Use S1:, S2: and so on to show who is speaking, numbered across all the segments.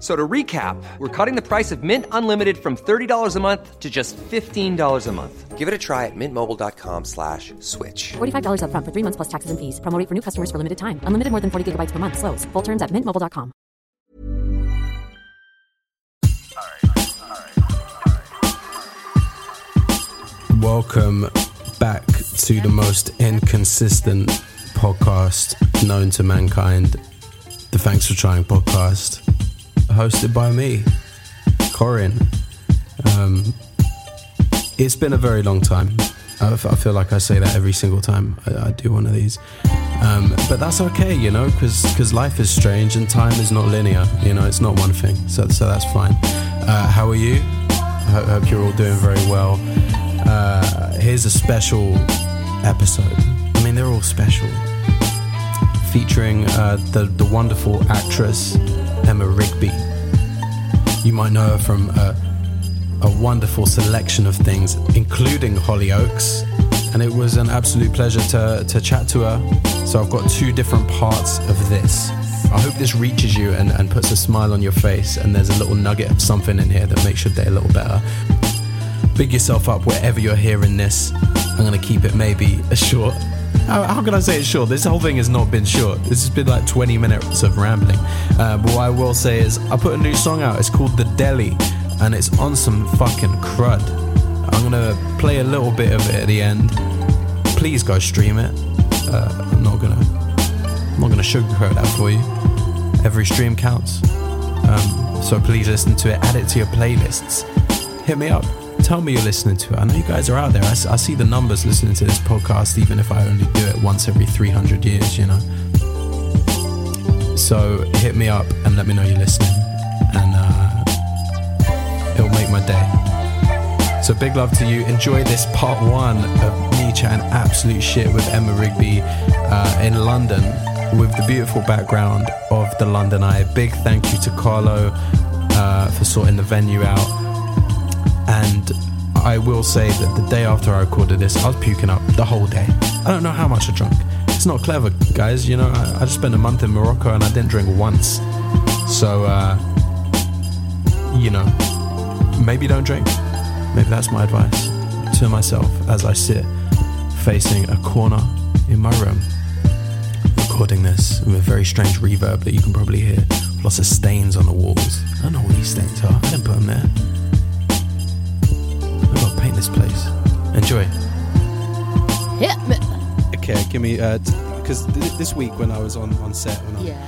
S1: So to recap, we're cutting the price of Mint Unlimited from $30 a month to just $15 a month. Give it a try at mintmobile.com slash switch.
S2: $45 up front for three months plus taxes and fees. Promo rate for new customers for limited time. Unlimited more than 40 gigabytes per month. Slows. Full terms at mintmobile.com.
S3: Welcome back to the most inconsistent podcast known to mankind, the Thanks for Trying podcast, hosted by me, Corin. Um, it's been a very long time. I, f- I feel like I say that every single time I, I do one of these. Um, but that's okay, you know, because life is strange and time is not linear. You know, it's not one thing. So, so that's fine. Uh, how are you? Ho- hope you're all doing very well. Uh, here's a special episode. I mean, they're all special. Featuring uh, the, the wonderful actress Emma Rigby. You might know her from. Uh, a wonderful selection of things, including Hollyoaks. And it was an absolute pleasure to, to chat to her. So I've got two different parts of this. I hope this reaches you and, and puts a smile on your face, and there's a little nugget of something in here that makes your day a little better. Big yourself up wherever you're hearing this. I'm going to keep it maybe a short. How, how can I say it's short? This whole thing has not been short. This has been like 20 minutes of rambling. Uh, but what I will say is, I put a new song out. It's called The Deli, and it's on some fucking crud. I'm going to play a little bit of it at the end. Please go stream it. Uh, I'm not going to. I'm not going to sugarcoat that for you. Every stream counts. Um, so please listen to it, add it to your playlists. Hit me up. Tell me you're listening to it. I know you guys are out there. I, s- I see the numbers listening to this podcast, even if I only do it once every 300 years, you know. So hit me up and let me know you're listening. And uh, it'll make my day. So big love to you. Enjoy this part one of me chatting absolute shit with Emma Rigby uh, in London with the beautiful background of the London Eye. Big thank you to Carlo uh, for sorting the venue out. And I will say that the day after I recorded this, I was puking up the whole day. I don't know how much I drank. It's not clever, guys. You know, I, I just spent a month in Morocco and I didn't drink once. So, uh, you know, maybe don't drink. Maybe that's my advice to myself as I sit facing a corner in my room, recording this with a very strange reverb that you can probably hear. Lots of stains on the walls. I don't know what these stains are. I didn't put them there. I've got to paint this place. Enjoy.
S4: Yeah.
S3: Okay, give me because th- this week when I was on, on set when I'm
S4: Yeah.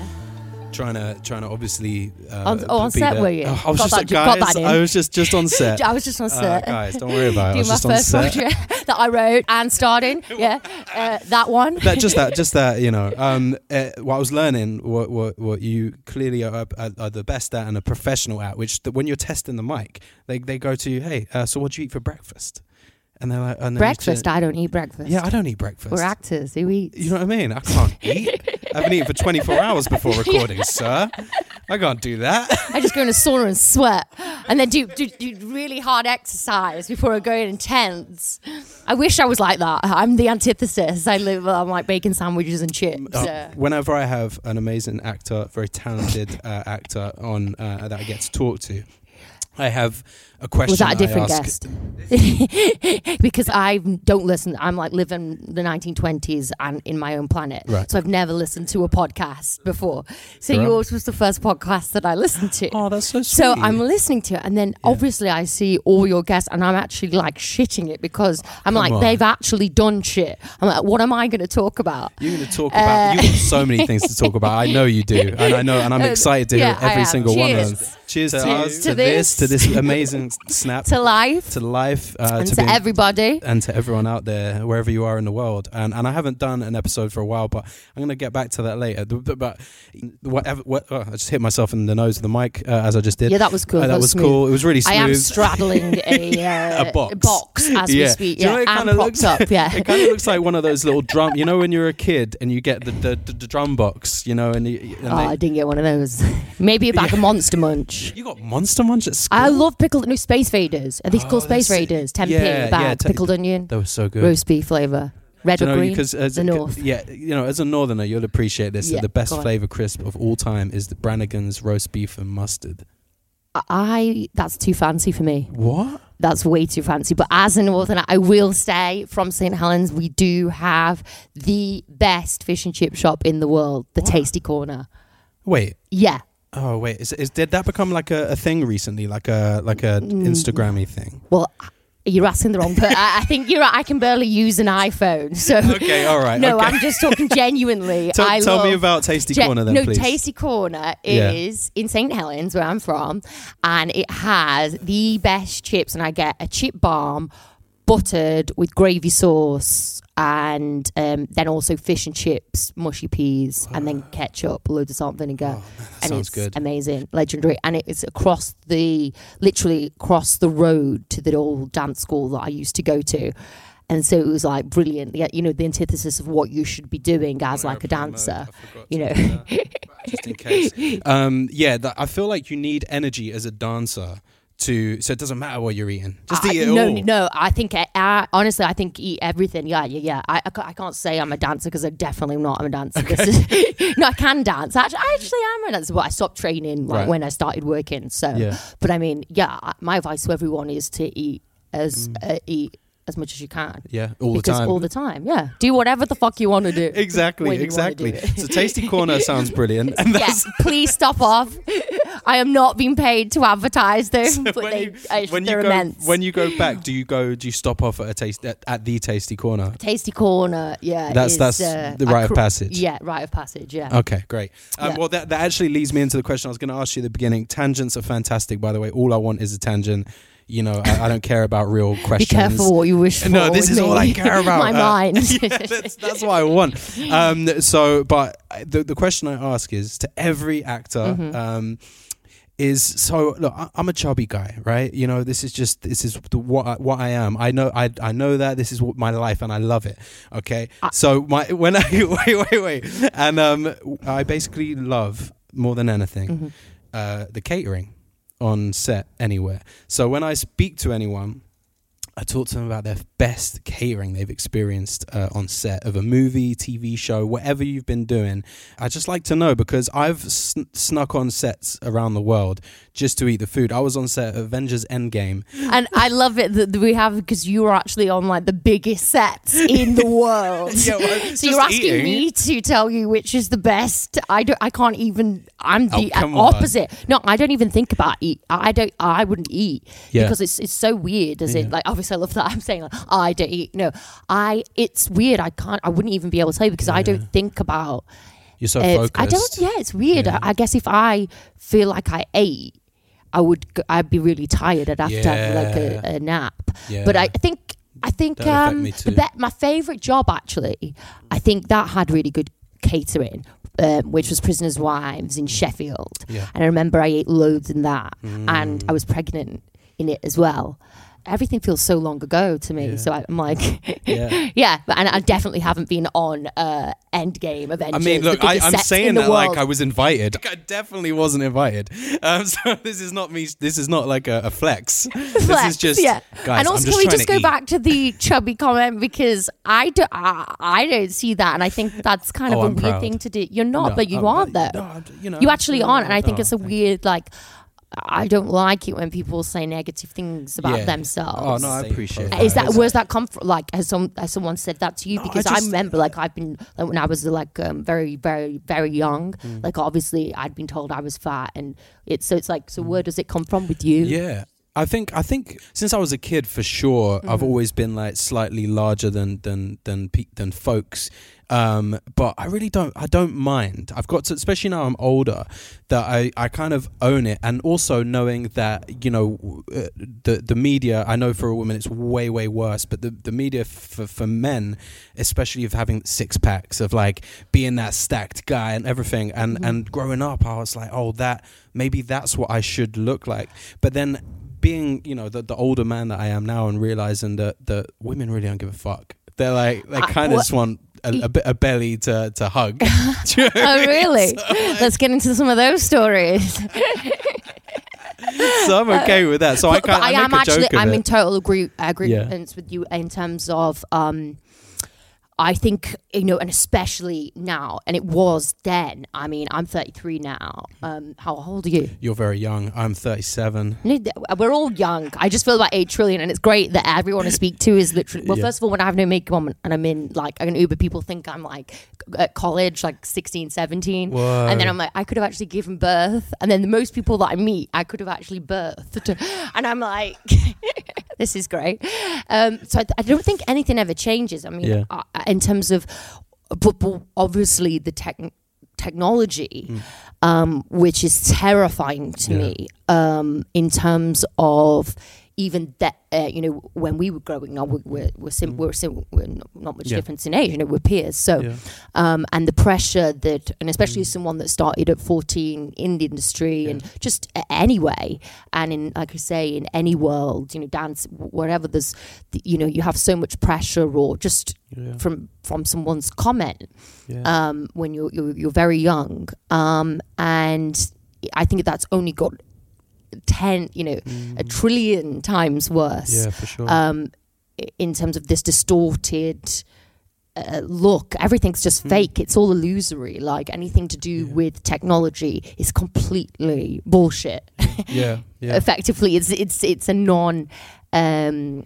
S3: trying to trying to obviously uh,
S4: On- oh, on
S3: be
S4: set
S3: there-
S4: were you?
S3: Oh, I was
S4: Got
S3: just
S4: that-
S3: like,
S4: got
S3: guys.
S4: that in.
S3: I was just just on set.
S4: I was just on
S3: Uh,
S4: set.
S3: guys, don't worry about it. I was
S4: Doing my
S3: just on
S4: first
S3: set.
S4: project that I wrote and starred in. Yeah. Uh, that one.
S3: that just that just that you know um uh, what i was learning what what what you clearly are, are, are the best at and a professional at which that when you're testing the mic they they go to you hey uh, so what do you eat for breakfast and they're like and then it's
S4: breakfast.
S3: just-
S4: I don't eat breakfast.
S3: yeah i don't eat breakfast
S4: We're actors. Who eats?
S3: you know what i mean i can't eat i haven't eaten for 24 hours before recording sir i can't do that
S4: I just go in a sauna and sweat, and then do, do do really hard exercise before I go in intense. I wish I was like that. I'm the antithesis. I live. I'm like baking sandwiches and chips. Yeah.
S3: Uh, whenever i have an amazing actor very talented uh, actor on uh, that i get to talk to I have a question.
S4: Was that a different
S3: I ask-
S4: guest? because I don't listen. I'm like living the 1920s and in my own planet.
S3: Right.
S4: So I've never listened to a podcast before. So
S3: Right.
S4: yours was the first podcast that I listened to.
S3: Oh, that's so
S4: So
S3: sweet.
S4: I'm listening to it, and then obviously I see all your guests, and I'm actually like shitting it because I'm like,
S3: on.
S4: they've actually done shit. I'm like, what am I going to talk about?
S3: You're going to talk about. You've got so many things to talk about. I know you do, and I know, and I'm excited to
S4: yeah,
S3: hear
S4: I
S3: every
S4: am.
S3: single one of
S4: Cheers.
S3: them. Cheers to,
S4: Cheers
S3: us,
S4: to
S3: to this, to
S4: this.
S3: this amazing snap,
S4: To life
S3: to life, uh,
S4: and to,
S3: being-
S4: everybody.
S3: and to everyone out there, wherever you are in the world. And and I haven't done an episode for a while, but I'm going to get back to that later. Th- th- But whatever, what, oh, I just hit myself in the nose of the mic uh, as I just did.
S4: Yeah, that was cool.
S3: Uh, that,
S4: That was
S3: was
S4: smooth.
S3: cool. It was really smooth.
S4: I am straddling a, uh,
S3: a box,
S4: as we speak.
S3: Do you
S4: Yeah,
S3: know what it
S4: and
S3: kinda
S4: propped
S3: looks-
S4: up. Yeah,
S3: it kind of looks like one of those little drum. You know, when you're a kid and you get the the, the, the drum box, you know, and, you, and
S4: Oh,
S3: they-
S4: I didn't get one of those. Maybe a bag of Monster Munch.
S3: you got Monster Munch at school.
S4: I love pickled. No, Space Raiders. Are these
S3: Oh,
S4: called Space
S3: that's it.
S4: Raiders? 10p
S3: Yeah,
S4: a bag,
S3: yeah, te-
S4: pickled onion,
S3: that was so good.
S4: roast beef flavour, red
S3: Do you
S4: or
S3: know, uh,
S4: green.
S3: because as
S4: the
S3: a-
S4: North.
S3: yeah, you know, as a northerner, you'll appreciate this. that
S4: Yeah,
S3: the best
S4: go on.
S3: flavor crisp of all time is the Brannigan's roast beef and mustard.
S4: I that's too fancy for me.
S3: What?
S4: That's way too fancy. But as a northerner, I will say from St Helens, we do have the best fish and chip shop in the world, the Tasty Corner.
S3: Wait.
S4: Yeah,
S3: Oh wait. Is, is did that become like a, a thing recently? Like a like a
S4: Mm.
S3: Instagrammy thing?
S4: Well, I- you're asking the wrong person. I I think you're. right. I can barely use an iPhone, so
S3: Okay, all right,
S4: No,
S3: okay.
S4: I'm just talking genuinely.
S3: Tell-
S4: I
S3: tell me
S4: love-
S3: about Tasty Corner then,
S4: no,
S3: please.
S4: Tasty Corner
S3: Yeah.
S4: is in St Helens, where I'm from, and it has the best chips. And I get a chip balm, buttered with gravy sauce. And um, then also fish and chips, mushy peas, and then ketchup, loads of salt and vinegar, and
S3: Oh, sounds
S4: it's
S3: good.
S4: amazing, legendary, and it's across the literally across the road to the old dance school that I used to go to. And so it was like brilliant, yeah, you know, the antithesis of what you should be doing as like
S3: Uh,
S4: a dancer, you know.
S3: Just in case. um, yeah. That, I feel like you need energy as a dancer to. So it doesn't matter what you're eating. Just
S4: I-
S3: eat it
S4: no,
S3: all.
S4: no. I think I, I, honestly, I think eat everything. Yeah, yeah, yeah. I, I, ca- I can't say I'm a dancer because I definitely am not. I'm a dancer. This is- no, I can dance. Actually, I actually am a dancer, but I stopped training like
S3: Right.
S4: when I started working. So,
S3: Yeah.
S4: but I mean, yeah. I- My advice to everyone is to eat as uh, eat as much as you can.
S3: Mm. Yeah, all the
S4: because
S3: time.
S4: all the time. Yeah, do whatever the fuck you want to do. when
S3: Exactly.
S4: you wanna do
S3: Exactly.
S4: it.
S3: So tasty corner sounds brilliant. And
S4: Yeah,
S3: that's
S4: please stop off. I am not being paid to advertise them, but
S3: when
S4: they,
S3: you,
S4: uh,
S3: when you
S4: they're
S3: go
S4: immense.
S3: when you go back, do you go? Do you stop off at a taste at, at the tasty corner?
S4: Tasty Corner, yeah.
S3: That's-
S4: is, uh,
S3: that's the
S4: a
S3: rite of passage.
S4: Yeah, rite of passage, yeah.
S3: Okay, great. Um,
S4: Yeah.
S3: Well, that, that actually leads me into the question I was going to ask you at the beginning. Tangents are fantastic, by the way. All I want is a tangent. You know, I, I don't care about real
S4: Be
S3: questions.
S4: careful what you wish for.
S3: No, this is
S4: with
S3: all I
S4: me.
S3: care about.
S4: My
S3: Uh,
S4: mind.
S3: yeah, that's, that's what I want. Um, so, but I- the, the question I ask is to every actor.
S4: Mm-hmm.
S3: Um, is so look I- i'm a chubby guy right you know this is just this is the, what I, what i am i know i i know that this is what my life and i love it okay so my when i wait wait wait and um i basically love more than anything
S4: Mm-hmm.
S3: uh the catering on set anywhere so when i speak to anyone I talked to them about their best catering they've experienced uh, on set of a movie, TV show, whatever you've been doing. I just like to know because I've sn- snuck on sets around the world just to eat the food. I was on set of Avengers Endgame.
S4: and I love it that we have, because you were actually on like the biggest sets in the world.
S3: Yeah, well, it's
S4: so you're
S3: just
S4: asking
S3: eating.
S4: me to tell you which is the best. I don't, I can't even, I'm
S3: Oh,
S4: the
S3: come on.
S4: opposite. No, I don't even think about eat. I don't, I wouldn't eat
S3: Yeah.
S4: because it's, it's so weird as it, like, obviously I love that I'm saying like, I don't eat. No, I, it's weird. I can't, I wouldn't even be able to tell you because I don't think about
S3: You're so
S4: it's-
S3: focused.
S4: I don't. Yeah, it's weird. I, I guess if I feel like I ate, I would. g- I'd be really tired. I'd have to have like
S3: Yeah.
S4: a, a nap. But
S3: Yeah.
S4: I, I think. I think
S3: That'd affect
S4: um,
S3: me
S4: the
S3: too.
S4: be- my favorite job actually. I think that had really good catering. Um, which was prisoners' wives in Sheffield,
S3: Yeah. Mm.
S4: and I remember I ate loads in that, and I was pregnant in it as well. Everything feels so long ago to me, so I, I'm like,
S3: Yeah.
S4: yeah, but, and I definitely haven't been on uh, Endgame of
S3: I mean, look, I, I'm saying that like I was invited. I definitely wasn't invited. Um, so this is not me. This is not like a, a flex. This is just,
S4: yeah.
S3: guys, I'm
S4: and
S3: just
S4: also, can we
S3: trying
S4: just
S3: to
S4: go
S3: eat.
S4: back to the chubby comment because I do, I, I don't see that, and I think that's kind
S3: Oh,
S4: of a
S3: I'm
S4: weird
S3: proud.
S4: thing to do. You're not,
S3: No,
S4: but you
S3: I'm-
S4: are though.
S3: no, I'm- you know,
S4: you actually
S3: no,
S4: aren't, and I think
S3: no,
S4: it's a weird like. I don't like it when people say negative things about
S3: Yeah.
S4: themselves.
S5: Oh, no, I appreciate
S4: Is that was that come from like has some has someone said that to you?
S5: No, I
S4: because I,
S5: just-
S4: remember like I've been like when I was like um, very very very young,
S3: Mm.
S4: like obviously I'd been told I was fat, and it's so it's like so where does it come from with you?
S3: Mm. Yeah. I think I think since I was a kid for sure I've always been like slightly larger than than than pe- than folks um but I really don't I don't mind I've got to especially now I'm older that I I kind of own it and also knowing that you know w- uh, the the media I know for a woman it's way way worse but the the media for for men especially of having six packs of like being that stacked guy and everything
S4: Mm-hmm.
S3: and and growing up I was like oh that maybe that's what I should look like but then being you know the, the older man that I am now and realizing that that women really don't give a fuck they're like they
S4: I-
S3: kind of
S4: Uh, what-
S3: just want a, a bit a belly to to hug Do you know what I
S4: Oh
S3: mean?
S4: really? Let's get into some of those stories.
S3: so I'm okay with that so I
S4: Uh, But
S3: can't I,
S4: am
S3: make a joke
S4: actually
S3: of
S4: I'm
S3: it.
S4: in total agree, agreements with you in terms of um I think you know and especially now and it was then. I mean, I'm 33 now. Um how old are you?
S3: you're very young I'm 37
S4: No, th- We're all young. I just feel about eight trillion, and it's great that everyone I speak to is literally. Well,
S3: Yeah.
S4: first of all, when I have no makeup on and I'm in like an Uber, people think I'm like c- at college, like 16, 17. and then I'm like, I could have actually given birth, and then the most people that I meet, I could have actually birthed, and I'm like, this is great. Um, so I, I don't think anything ever changes. I mean,
S3: Yeah.
S4: uh, in terms of, but, but obviously the tech technology um, which is terrifying to
S3: Mm. Yeah.
S4: me um, in terms of even that uh, you know when we were growing up we were we're, sim- we're, sim- we're not, not much
S3: Mm. Yeah.
S4: difference in age you know we're peers so
S3: Yeah. Mm.
S4: um, and the pressure that and especially someone that started at 14 in the industry and just a- anyway and in like I say in any world you know dance wherever there's th- you know you have so much pressure or just from from someone's comment um, when you're, you're you're very young, um, and I think that's only got ten, you know, a trillion times worse
S3: yeah for sure
S4: um, i- in terms of this distorted uh, look. Everything's just fake. It's all illusory. Like anything to do with technology is completely bullshit.
S3: yeah yeah
S4: Effectively, it's it's it's a non. Um,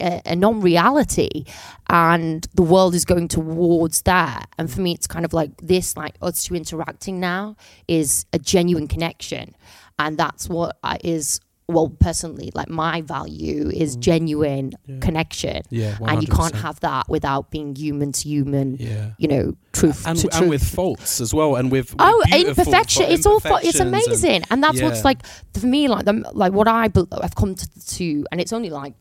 S4: a, a non-reality and the world is going towards that and for me it's kind of like this like us two interacting now is a genuine connection and that's what I, is well personally like my value is genuine connection
S3: Mm. Yeah,
S4: and you can't
S3: 100%.
S4: have that without being human to human
S3: Yeah.
S4: you know truth
S3: and,
S4: to
S3: and
S4: truth
S3: with faults as well and with, with
S4: Oh,
S3: beautiful
S4: imperfection!
S3: fa-
S4: It's all fu-
S3: imperfections
S4: it's
S3: and-
S4: amazing, and, that's
S3: Yeah.
S4: what's like for me, like the, like what I be- I've come to, to, and it's only like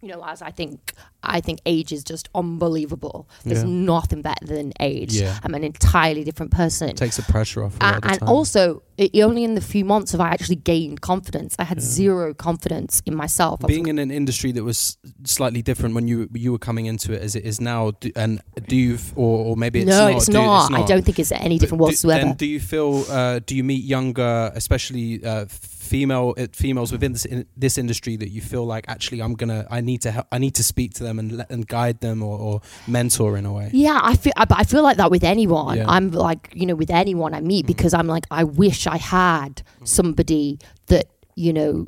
S4: you know, as I think I think age is just unbelievable. There's
S3: Yeah.
S4: nothing better than age.
S3: Yeah.
S4: I'm an entirely different person.
S3: takes the pressure off a lot
S4: A-
S3: of the
S4: and
S3: time.
S4: also, it, only in the few months have I actually gained confidence. I had zero confidence in myself. I was
S3: being in an industry that was slightly different when you you were coming into it as it is now do, and do you f- or, or maybe it's
S4: no,
S3: not,
S4: it's,
S3: do-
S4: not. I don't think it's any
S3: But
S4: different
S3: do-
S4: whatsoever.
S3: then do you feel uh, do you meet younger especially uh, female uh, females within this in, this industry that you feel like actually I'm gonna I need to help I need to speak to them and let and guide them or, or mentor in a way
S4: Yeah, I feel. I, but I feel like that with anyone.
S3: Yeah. Mm.
S4: I'm like, you know, with anyone I meet because I'm like, I wish I had somebody that you know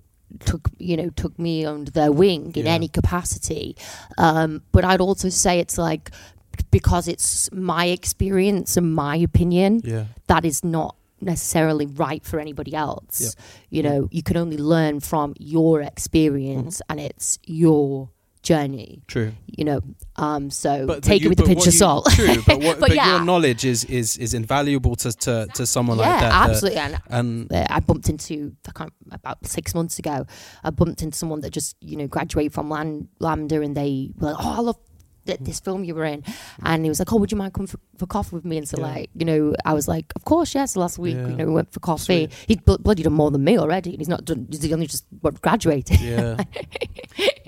S4: took you know took me under their wing in
S3: Yeah.
S4: any capacity. Um, but I'd also say it's like because it's my experience and my opinion
S3: yeah
S4: that is not necessarily right for anybody else.
S3: Yep.
S4: You know, you can only learn from your experience,
S3: Mm-hmm.
S4: and it's your journey
S3: true
S4: you know. Um, so
S3: but
S4: take
S3: you-
S4: it with a
S3: but
S4: pinch
S3: what
S4: of
S3: you-
S4: salt.
S3: true but, what, but,
S4: But
S3: your
S4: yeah.
S3: knowledge is is is invaluable to to, to someone
S4: yeah,
S3: like that that-
S4: absolutely. And
S3: and
S4: uh, I bumped into I can't, about six months ago. I bumped into someone that just you know graduated from Land, Lambda, and they were like, "Oh, I love." th- This film you were in, and he was like, "Oh, would you mind coming for, for coffee with me?" And so,
S3: Yeah.
S4: like, you know, I was like, "Of course, yes." Last week,
S3: Yeah.
S4: you know, we went for coffee. He'd bl- bloody done more than me already, and he's not done. He's only just what, graduated.
S3: Yeah.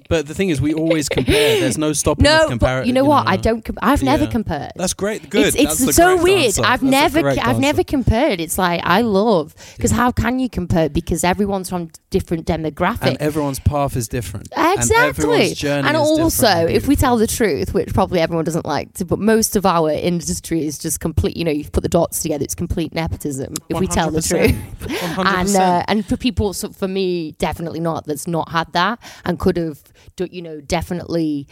S3: but the thing is, we always compare. There's no stopping us
S4: no,
S3: comparing.
S4: but you know what? I don't. Com- I've never
S3: Yeah.
S4: compared.
S3: That's great. Good.
S4: It's, it's
S3: That's the
S4: so
S3: correct
S4: weird.
S3: answer.
S4: I've
S3: That's the
S4: never,
S3: correct
S4: I've
S3: answer.
S4: never compared. It's like I love because how can you compare? Because everyone's from different demographic.
S3: And everyone's path is different. And
S4: Exactly.
S3: everyone's journey
S4: And
S3: is
S4: also,
S3: different.
S4: if we tell the truth, which probably everyone doesn't like to, but most of our industry is just complete, you know, you put the dots together, it's complete nepotism if we tell the truth.
S3: 100%.
S4: And
S3: 100%.
S4: uh, and for people, so for me, definitely not, that's not had that and could have, do- you know, definitely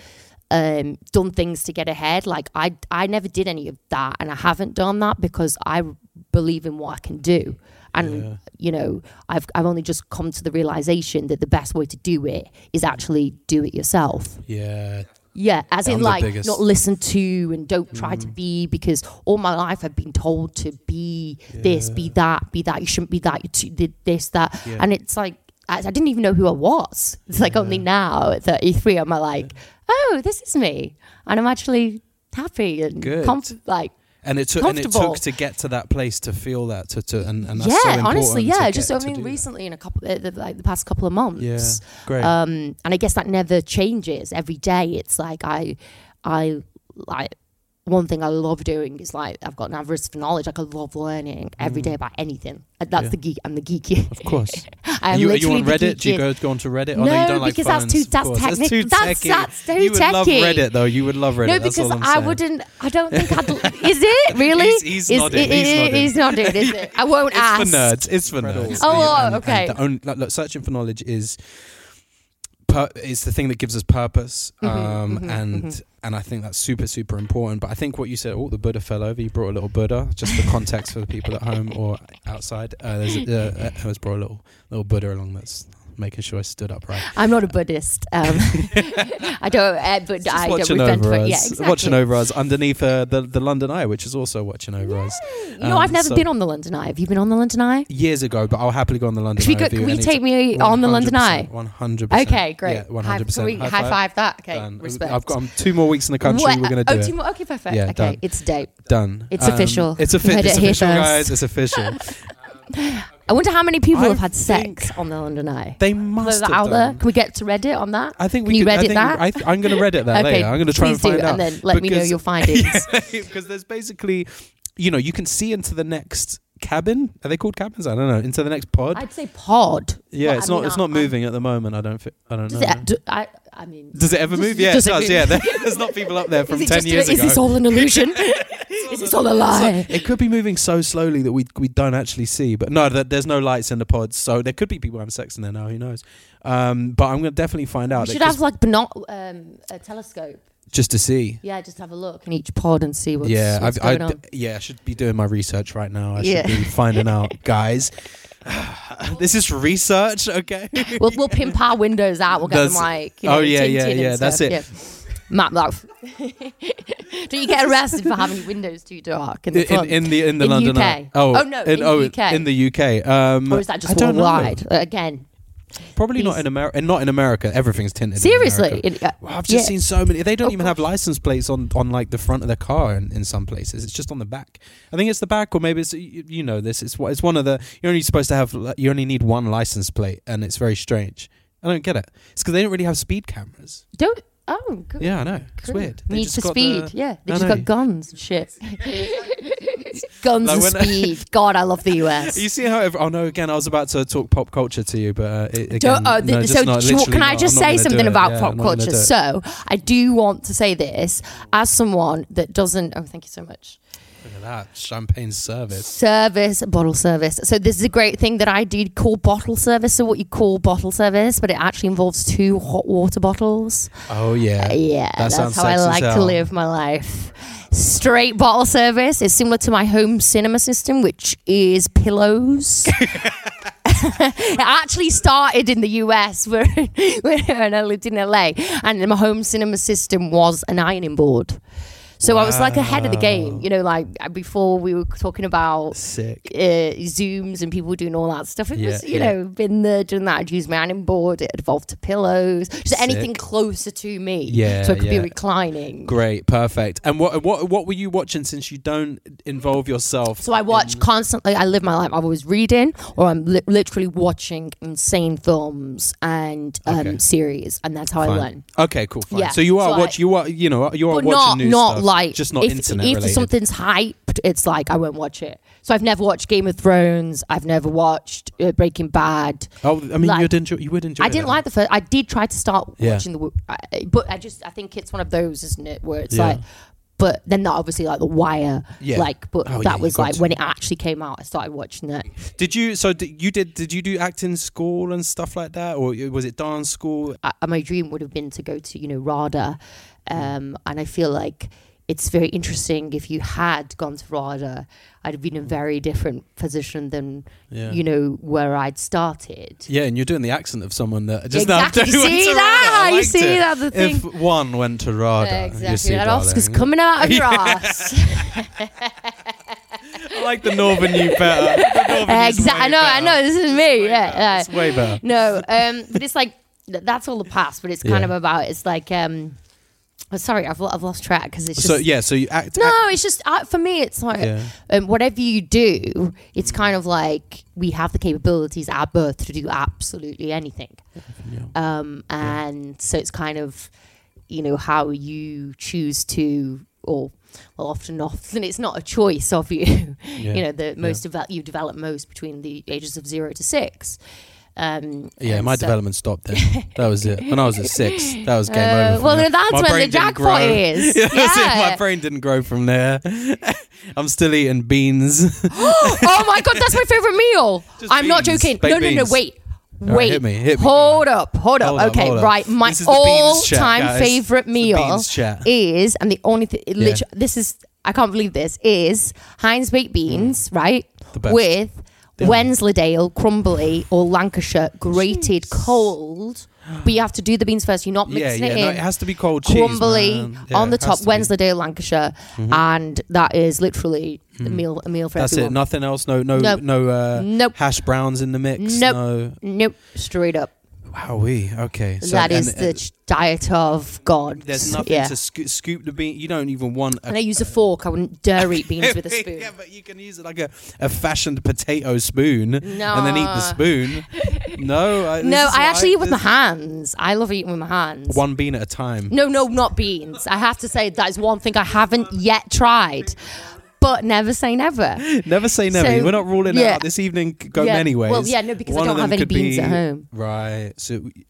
S4: um, done things to get ahead. Like, I, I never did any of that and I haven't done that because I believe in what I can do. And you know, I've I've only just come to the realization that the best way to do it is actually do it yourself.
S6: Yeah.
S4: Yeah, as
S6: I'm
S4: in
S6: the
S4: like
S6: biggest-
S4: not listen to and don't try
S3: Mm.
S4: to be because all my life I've been told to be this, be that, be that. You shouldn't be that. You too, did this, that, and it's like I, I didn't even know who I was. It's like only now at 33 am I like, oh, this is me, and I'm actually happy and
S3: Good.
S4: comf- like
S3: And it took and it
S4: comfortable.
S3: took to get to that place to feel that to, to and, and that's
S4: yeah,
S3: so important
S4: honestly,
S3: to
S4: yeah.
S3: get
S4: Just
S3: to
S4: I mean,
S3: do that.
S4: recently in a couple uh, the, like the past couple of months,
S3: Yeah, great.
S4: um, and I guess that never changes. Every day, it's like I, I like one thing I love doing is like I've got an avarice for knowledge. Like I love learning every day about anything. Uh, That's the geek. I'm the geeky.
S3: Mm. Of course.
S4: I am
S3: you, are you
S4: literally
S3: on
S4: the
S3: Reddit? Do you
S4: geekiest.
S3: go go onto Reddit? oh,
S4: No,
S3: no, you don't like
S4: because that's
S3: phones.
S4: too-
S3: of
S4: that's
S3: course.
S4: technic-
S3: too
S4: that's-
S3: techie.
S4: that's too
S3: you would love
S4: techie.
S3: Reddit though. You would love Reddit.
S4: No,
S3: that's
S4: because
S3: all I'm
S4: I
S3: saying.
S4: wouldn't. I don't think I'd. is it really?
S3: He's- he's
S4: is,
S3: nodding,
S4: It,
S3: he's nodding.
S4: He's nodding. Is it? I won't
S3: It's
S4: ask.
S3: for nerds. It's for nerds.
S4: Oh,
S3: And- and
S4: okay.
S3: the only- like, look, searching for knowledge is per, is the thing that gives us purpose,
S4: Mm-hmm,
S3: um, and and I think that's super super important. But I think what you said, oh, the Buddha fell over. You brought a little Buddha, just for context for the people at home or outside. Uh, there's uh, I was brought a little little Buddha along. That's making sure I stood upright.
S4: I'm not a Buddhist. Um, I don't. Uh, but
S3: Just
S4: I don't
S3: watching
S4: repent
S3: over
S4: for
S3: us,
S4: Yeah, exactly.
S3: watching over us underneath uh, the the London Eye, which is also watching over us. Um,
S4: You know, I've never been on the London Eye. Have you been on the London Eye?
S3: years ago, but I'll happily go on the London.
S4: Should we
S3: Eye
S4: go-
S3: with you
S4: can we
S3: any
S4: take
S3: ti-
S4: me on the London
S3: 100%,
S4: Eye?
S3: 100%.
S4: Okay, great.
S3: Yeah,
S4: High-
S3: 100%.
S4: can we high five, that? Okay,
S3: Done.
S4: respect.
S3: I've got um, two more weeks in the country.
S4: What-
S3: We're going to
S4: oh,
S3: do
S4: two
S3: it.
S4: more- Okay, perfect.
S3: Yeah,
S4: okay,
S3: done.
S4: it's dope.
S3: Done. Um,
S4: It's official.
S3: It's,
S4: You
S3: offi-
S4: heard
S3: it's
S4: it here
S3: official, guys. It's
S4: first.
S3: official.
S4: I wonder how many people
S3: I
S4: have had
S3: think
S4: sex on the London Eye.
S3: They
S4: Throw
S3: must
S4: that
S3: have
S4: out there.
S3: done.
S4: Can we get to Reddit on that?
S3: I think we
S4: Can you
S3: could, I
S4: Reddit
S3: think,
S4: that?
S3: I th- I'm going to Reddit that
S4: Okay,
S3: later. I'm going to try and
S4: please do,
S3: find out.
S4: and then let me know
S3: because-
S4: your findings.
S3: Yeah, because there's basically, you know, you can see into the next cabin. Are they called cabins? I don't know. Into the next pod.
S4: I'd say pod.
S3: yeah,
S4: But
S3: it's
S4: I mean,
S3: not. It's
S4: I-
S3: not moving at the moment. I don't. Fi- I don't
S4: Does
S3: know.
S4: it, uh, do, I, I mean,
S3: Does it ever
S4: Does-
S3: move? Yeah, it
S4: does it
S3: does.
S4: move?
S3: Yeah, there- there's not people up there from
S4: is it
S3: ten
S4: just a-
S3: years
S4: Is
S3: ago.
S4: this all an illusion? is this all a lie?
S3: it could be moving so slowly that we we don't actually see. But no, that there's no lights in the pods, so there could be people having sex in there now. Who knows? Um, but I'm gonna definitely find out.
S4: We
S3: that
S4: should
S3: just,
S4: have like binoc- um, a telescope.
S3: just to see.
S4: Yeah, just have a look in each pod and see what's,
S3: Yeah,
S4: what's
S3: I've,
S4: going
S3: I
S4: on.
S3: yeah, I should be doing my research right now. I
S4: Yeah.
S3: should be finding out, guys. this is research, okay?
S4: We'll, we'll pimp our windows out. We'll get
S3: That's-
S4: them like you know,
S3: oh, yeah, yeah,
S4: tinted and
S3: yeah, that's
S4: stuff.
S3: it.
S4: Yeah. Map that. Don't you get arrested for having your windows too dark in the
S3: in,
S4: front?
S3: in the in the
S4: In
S3: London
S4: UK.
S3: Eye. Oh,
S4: Oh, no, in
S3: oh,
S4: UK.
S3: in the UK. Um,
S4: or is that
S3: I
S4: just
S3: don't know.
S4: worldwide Uh, again?
S3: Probably not
S4: These-
S3: in America. And not in America. Everything's tinted. in
S4: Seriously,
S3: America.
S4: it- uh,
S3: Wow, I've just
S4: yeah.
S3: seen so many. They don't even have license plates on, on like the front of the car in, in some places. It's just on the back. I think it's the back, or maybe it's you, you know this. It's what it's one of the. You're only supposed to have. like, You only need one license plate, and it's very strange. I don't get it. It's because they don't really have speed cameras.
S4: Don't. Oh, good.
S3: Yeah, I know. It's weird. They
S4: Need
S3: just
S4: for
S3: got
S4: speed.
S3: the-
S4: yeah, they
S3: I
S4: just
S3: know.
S4: got guns and shit. guns
S3: Like
S4: and
S3: when-
S4: speed. God, I love the US.
S3: You see how? Every, oh no! Again, I was about to talk pop culture to you, but uh, it, again,
S4: Don't, oh,
S3: no,
S4: th-
S3: just
S4: so
S3: not,
S4: do you-
S3: literally
S4: can I
S3: not.
S4: just
S3: I'm not
S4: say
S3: gonna do
S4: something
S3: it.
S4: about
S3: Yeah,
S4: pop
S3: I'm not gonna
S4: culture?
S3: do it.
S4: So I do want to say this as someone that doesn't. Oh, thank you so much.
S3: Look at that champagne service.
S4: Service, bottle service. So this is a great thing that I did call bottle service. So what you call bottle service, but it actually involves two hot water bottles.
S3: Oh yeah,
S4: Yeah, that's
S3: sounds
S4: how I
S3: sexy as
S4: like to
S3: hell.
S4: live my life. Straight bottle service is similar to my home cinema system, which is pillows. it actually started in the US where, when I lived in LA, and my home cinema system was an ironing board. So I was like ahead of the game, you know, like uh, before we were talking about
S3: Sick.
S4: uh, Zooms and people doing all that stuff. It
S3: Yeah,
S4: was, you
S3: yeah.
S4: know, been there, done that. I'd use my ironing board. It evolved to pillows, just anything
S3: Sick.
S4: closer to me.
S3: Yeah,
S4: so it could be
S3: yeah.
S4: reclining.
S3: Great, perfect. And what what what were you watching since you don't involve yourself?
S4: So I watch
S3: Mm.
S4: constantly. I live my life. I'm always reading, or I'm li- literally watching insane films and um,
S3: Okay.
S4: series, and that's how I learn.
S3: Okay, cool. Fine.
S4: Yeah,
S3: So you are
S4: so I-
S3: watch. You are you know you are
S4: But
S3: watching
S4: not
S3: new
S4: not
S3: stuff,
S4: like
S3: just not
S4: if,
S3: internet
S4: if
S3: related.
S4: something's hyped, it's like I won't watch it. So I've never watched Game of Thrones. I've never watched uh, Breaking Bad.
S3: Oh, I mean,
S4: Like-
S3: you'd enjoy. You would enjoy.
S4: I didn't
S3: that.
S4: like the first. I did try to start
S3: Yeah.
S4: watching the, w- I- but I just I think it's one of those, isn't it, where it's
S3: Yeah.
S4: like, but then that obviously like the Wire,
S3: Yeah.
S4: like, but
S3: Oh, yeah,
S4: that
S3: you
S4: was
S3: got
S4: like
S3: to.
S4: when it actually came out, I started watching it.
S3: Did you? So d- you did? Did you do acting school and stuff like that, or y- was it dance school?
S4: I, I- my dream would have been to go to you know RADA, um, and I feel like it's very interesting. If you had gone to RADA, I'd have been in a very different position than
S3: Yeah.
S4: you know where I'd started.
S3: Yeah, and you're doing the accent of someone that just
S4: Exactly.
S3: now
S4: You
S3: went
S4: see
S3: to
S4: that?
S3: RADA. I
S4: You
S3: liked
S4: see
S3: it.
S4: that? The
S3: If one went to RADA, eh? you see,
S4: Exactly, that Oscar's
S3: darling.
S4: coming out of your ass.
S3: I like the Northern you better.
S4: exactly. I know. I know. This is me. Yeah. yeah.
S3: It's way better.
S4: no um but it's like th- that's all the past but it's kind
S3: Yeah.
S4: of about it's like um oh, sorry i've, lo- I've lost track because it's just
S3: So yeah, so you act.
S4: no
S3: act-
S4: it's just uh, for me it's like
S3: Yeah.
S4: um, whatever you do it's kind of like we have the capabilities at birth to do absolutely anything um and so it's kind of you know how you choose to or well often often it's not a choice of you you know the most develop you develop most between the ages of zero to six um
S3: Yeah,
S4: and
S3: my
S4: so-
S3: development stopped then. That was it. When I was at six, that was game over.
S4: Uh,
S3: for
S4: well,
S3: me.
S4: then that's
S3: My
S4: when
S3: brain
S4: the
S3: didn't
S4: jackpot
S3: grow.
S4: is.
S3: Yeah, that's it.
S4: Yeah.
S3: My brain didn't grow from there. I'm still eating beans.
S4: oh my god, that's my favorite meal.
S3: Just
S4: I'm not
S3: beans,
S4: joking.
S3: baked
S4: No, no, no.
S3: beans.
S4: Wait,
S3: right,
S4: wait.
S3: hit me, hit me.
S4: Hold up, hold up.
S3: Hold up,
S4: okay,
S3: hold up.
S4: right. My
S3: This is the beans chat,
S4: all-time
S3: guys. It's
S4: favorite
S3: the
S4: meal
S3: beans chat.
S4: is, and the only thing, this is, I can't believe this is Heinz baked beans, right?
S3: Mm. The best.
S4: With Wensleydale, Crumbly, or Lancashire grated cold. But you have to do the beans first. You're not
S3: yeah,
S4: mixing
S3: yeah.
S4: it in
S3: No, it has to be cold cheese.
S4: crumbly
S3: man. Yeah,
S4: on the
S3: it has
S4: top,
S3: to be. Mm-hmm.
S4: Wensleydale, Lancashire, and that is literally a meal a meal for
S3: Mm. That's it.
S4: everyone.
S3: Nothing else. No, no, no,
S4: Nope.
S3: uh,
S4: Nope.
S3: hash browns in the mix.
S4: nope,
S3: No.
S4: nope, straight up.
S3: Wowee. Okay. So
S4: that is
S3: and-
S4: the
S3: and
S4: ch- diet of God.
S3: There's nothing
S4: yeah.
S3: to scoop, scoop the bean. You don't even want. A
S4: and I use a fork. I wouldn't dare eat beans with a spoon.
S3: yeah, but you can use it like a, a fashioned potato spoon and then eat the
S4: Nah.
S3: spoon. No, I, this
S4: No,
S3: is
S4: I
S3: why-
S4: actually eat with my
S3: this-
S4: hands. I love eating with my hands.
S3: One bean at a time.
S4: No, no, not beans. I have to say that is one thing I haven't yet tried. But never say never.
S3: Never say never.
S4: So,
S3: We're not ruling it
S4: yeah.
S3: out. This evening could go
S4: Yeah.
S3: many ways.
S4: Well, yeah, no, because I
S3: One of
S4: don't have
S3: them
S4: any
S3: could
S4: beans at
S3: be-
S4: home.
S3: Right. So we-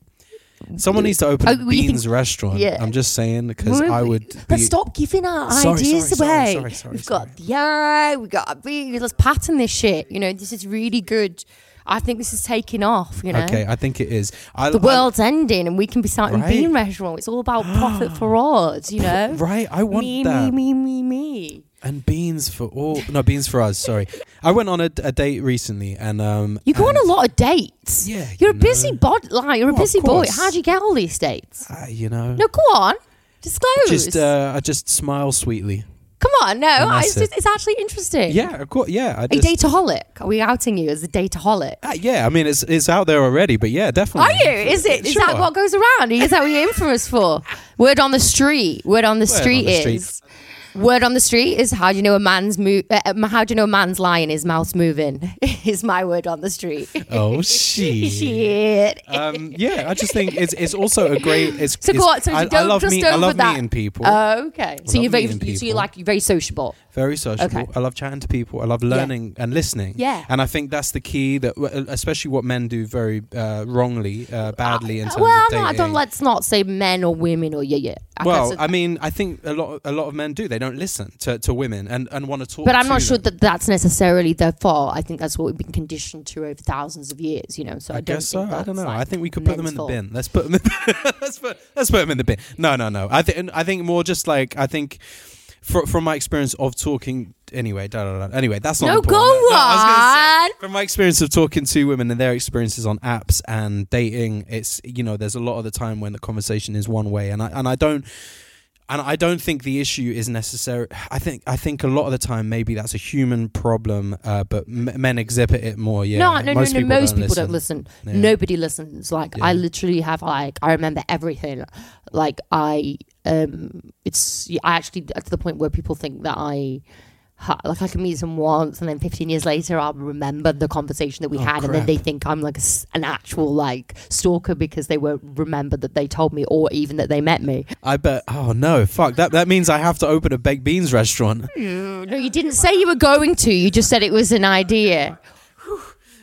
S3: someone needs to open
S4: Oh,
S3: a
S4: well, you
S3: beans
S4: think-
S3: restaurant.
S4: Yeah.
S3: I'm just saying because I would.
S4: But
S3: be-
S4: stop giving our
S3: Sorry,
S4: ideas
S3: sorry, sorry,
S4: away.
S3: sorry, sorry,
S4: We've
S3: sorry.
S4: got the eye, we got a beard. Let's pattern this shit. You know, this is really good. I think this is taking off. You know,
S3: Okay, I think it is. I,
S4: the
S3: I-
S4: world's ending, and we can be starting
S3: Right.
S4: bean restaurant. It's all about profit for odds. You know,
S3: right. I want
S4: me,
S3: that.
S4: me, me, me, me.
S3: And beans for all. No, beans for us. Sorry. I went on a, a date recently and. um.
S4: You go on a lot of dates.
S3: Yeah, you
S4: you're a busy
S3: know.
S4: bod. Like you're
S3: Well,
S4: a
S3: of
S4: busy boy.
S3: course.
S4: How do you get all these dates?
S3: uh, you know.
S4: No, go on, disclose.
S3: Just uh, I just smile sweetly.
S4: Come on, no, I, it's,
S3: that's it.
S4: just, it's actually interesting.
S3: Yeah, of course. Yeah, I
S4: Are you
S3: just,
S4: dataholic? Are we outing you as a dataholic?
S3: Uh, yeah. I mean, it's it's out there already, but yeah,
S4: Are
S3: definitely.
S4: you? Is it? Is that
S3: Sure.
S4: what goes around? Is that what you're infamous for? Word on the street. Word on the
S3: on
S4: street
S3: the street.
S4: is. Word on the street is how do you know a man's move? Uh, uh, how do you know a man's lying? His mouth's moving. Is my word on the street.
S3: Oh shit.
S4: Shit.
S3: Um, yeah, I just think it's it's also a great. It's,
S4: So
S3: it's,
S4: go on. So
S3: I,
S4: you go
S3: I love
S4: just
S3: meet,
S4: over
S3: I love
S4: that.
S3: meeting people.
S4: Oh, okay. So
S3: love
S4: you're very,
S3: meeting
S4: you- so you're
S3: people.
S4: like you're very sociable.
S3: very sociable.
S4: Okay.
S3: I love chatting to people. I love learning and listening.
S4: Yeah.
S3: and I think that's the key that, uh, especially what men do very uh, wrongly, uh, badly in terms
S4: Well,
S3: of
S4: no,
S3: dating.
S4: I don't. Let's not say men or women or yeah, yeah. I
S3: well,
S4: guess it-
S3: I mean, I think a lot a lot of men do. They don't listen to, to women and, and want to talk.
S4: But I'm
S3: to
S4: not sure
S3: them.
S4: that that's necessarily their fault. I think that's what we've been conditioned to over thousands of years, you know. So I,
S3: I
S4: don't
S3: guess so.
S4: think
S3: I don't know.
S4: that's,
S3: I
S4: like,
S3: think we could put them
S4: men's
S3: in the bin.
S4: fault.
S3: Let's put them. In let's put let's put them in the bin. No, no, no. I think I think more just like I think fr- from my experience of talking. Anyway, da, da, da. anyway, that's not.
S4: No,
S3: important.
S4: go
S3: I was gonna
S4: on.
S3: say, from my experience of talking to women and their experiences on apps and dating, it's you know there's a lot of the time when the conversation is one way, and I and I don't and I don't think the issue is necessary. I think I think a lot of the time maybe that's a human problem, uh, but m- men exhibit it more. Yeah,
S4: no, no, no, no. Most people
S3: listen.
S4: don't listen.
S3: Yeah.
S4: Nobody listens. Like I
S3: Yeah.
S4: literally have like I remember everything. Like I um, it's I actually to the point where people think that I ha, like I can meet someone once, and then 15 years later, I'll remember the conversation that we
S3: Oh,
S4: had, and then they
S3: crap.
S4: think I'm like a s an actual like stalker because they won't remember that they told me or even that they met me.
S3: I bet. Oh no, fuck that. That means I have to open a baked beans restaurant.
S4: No, you didn't say you were going to. You just said it was an idea.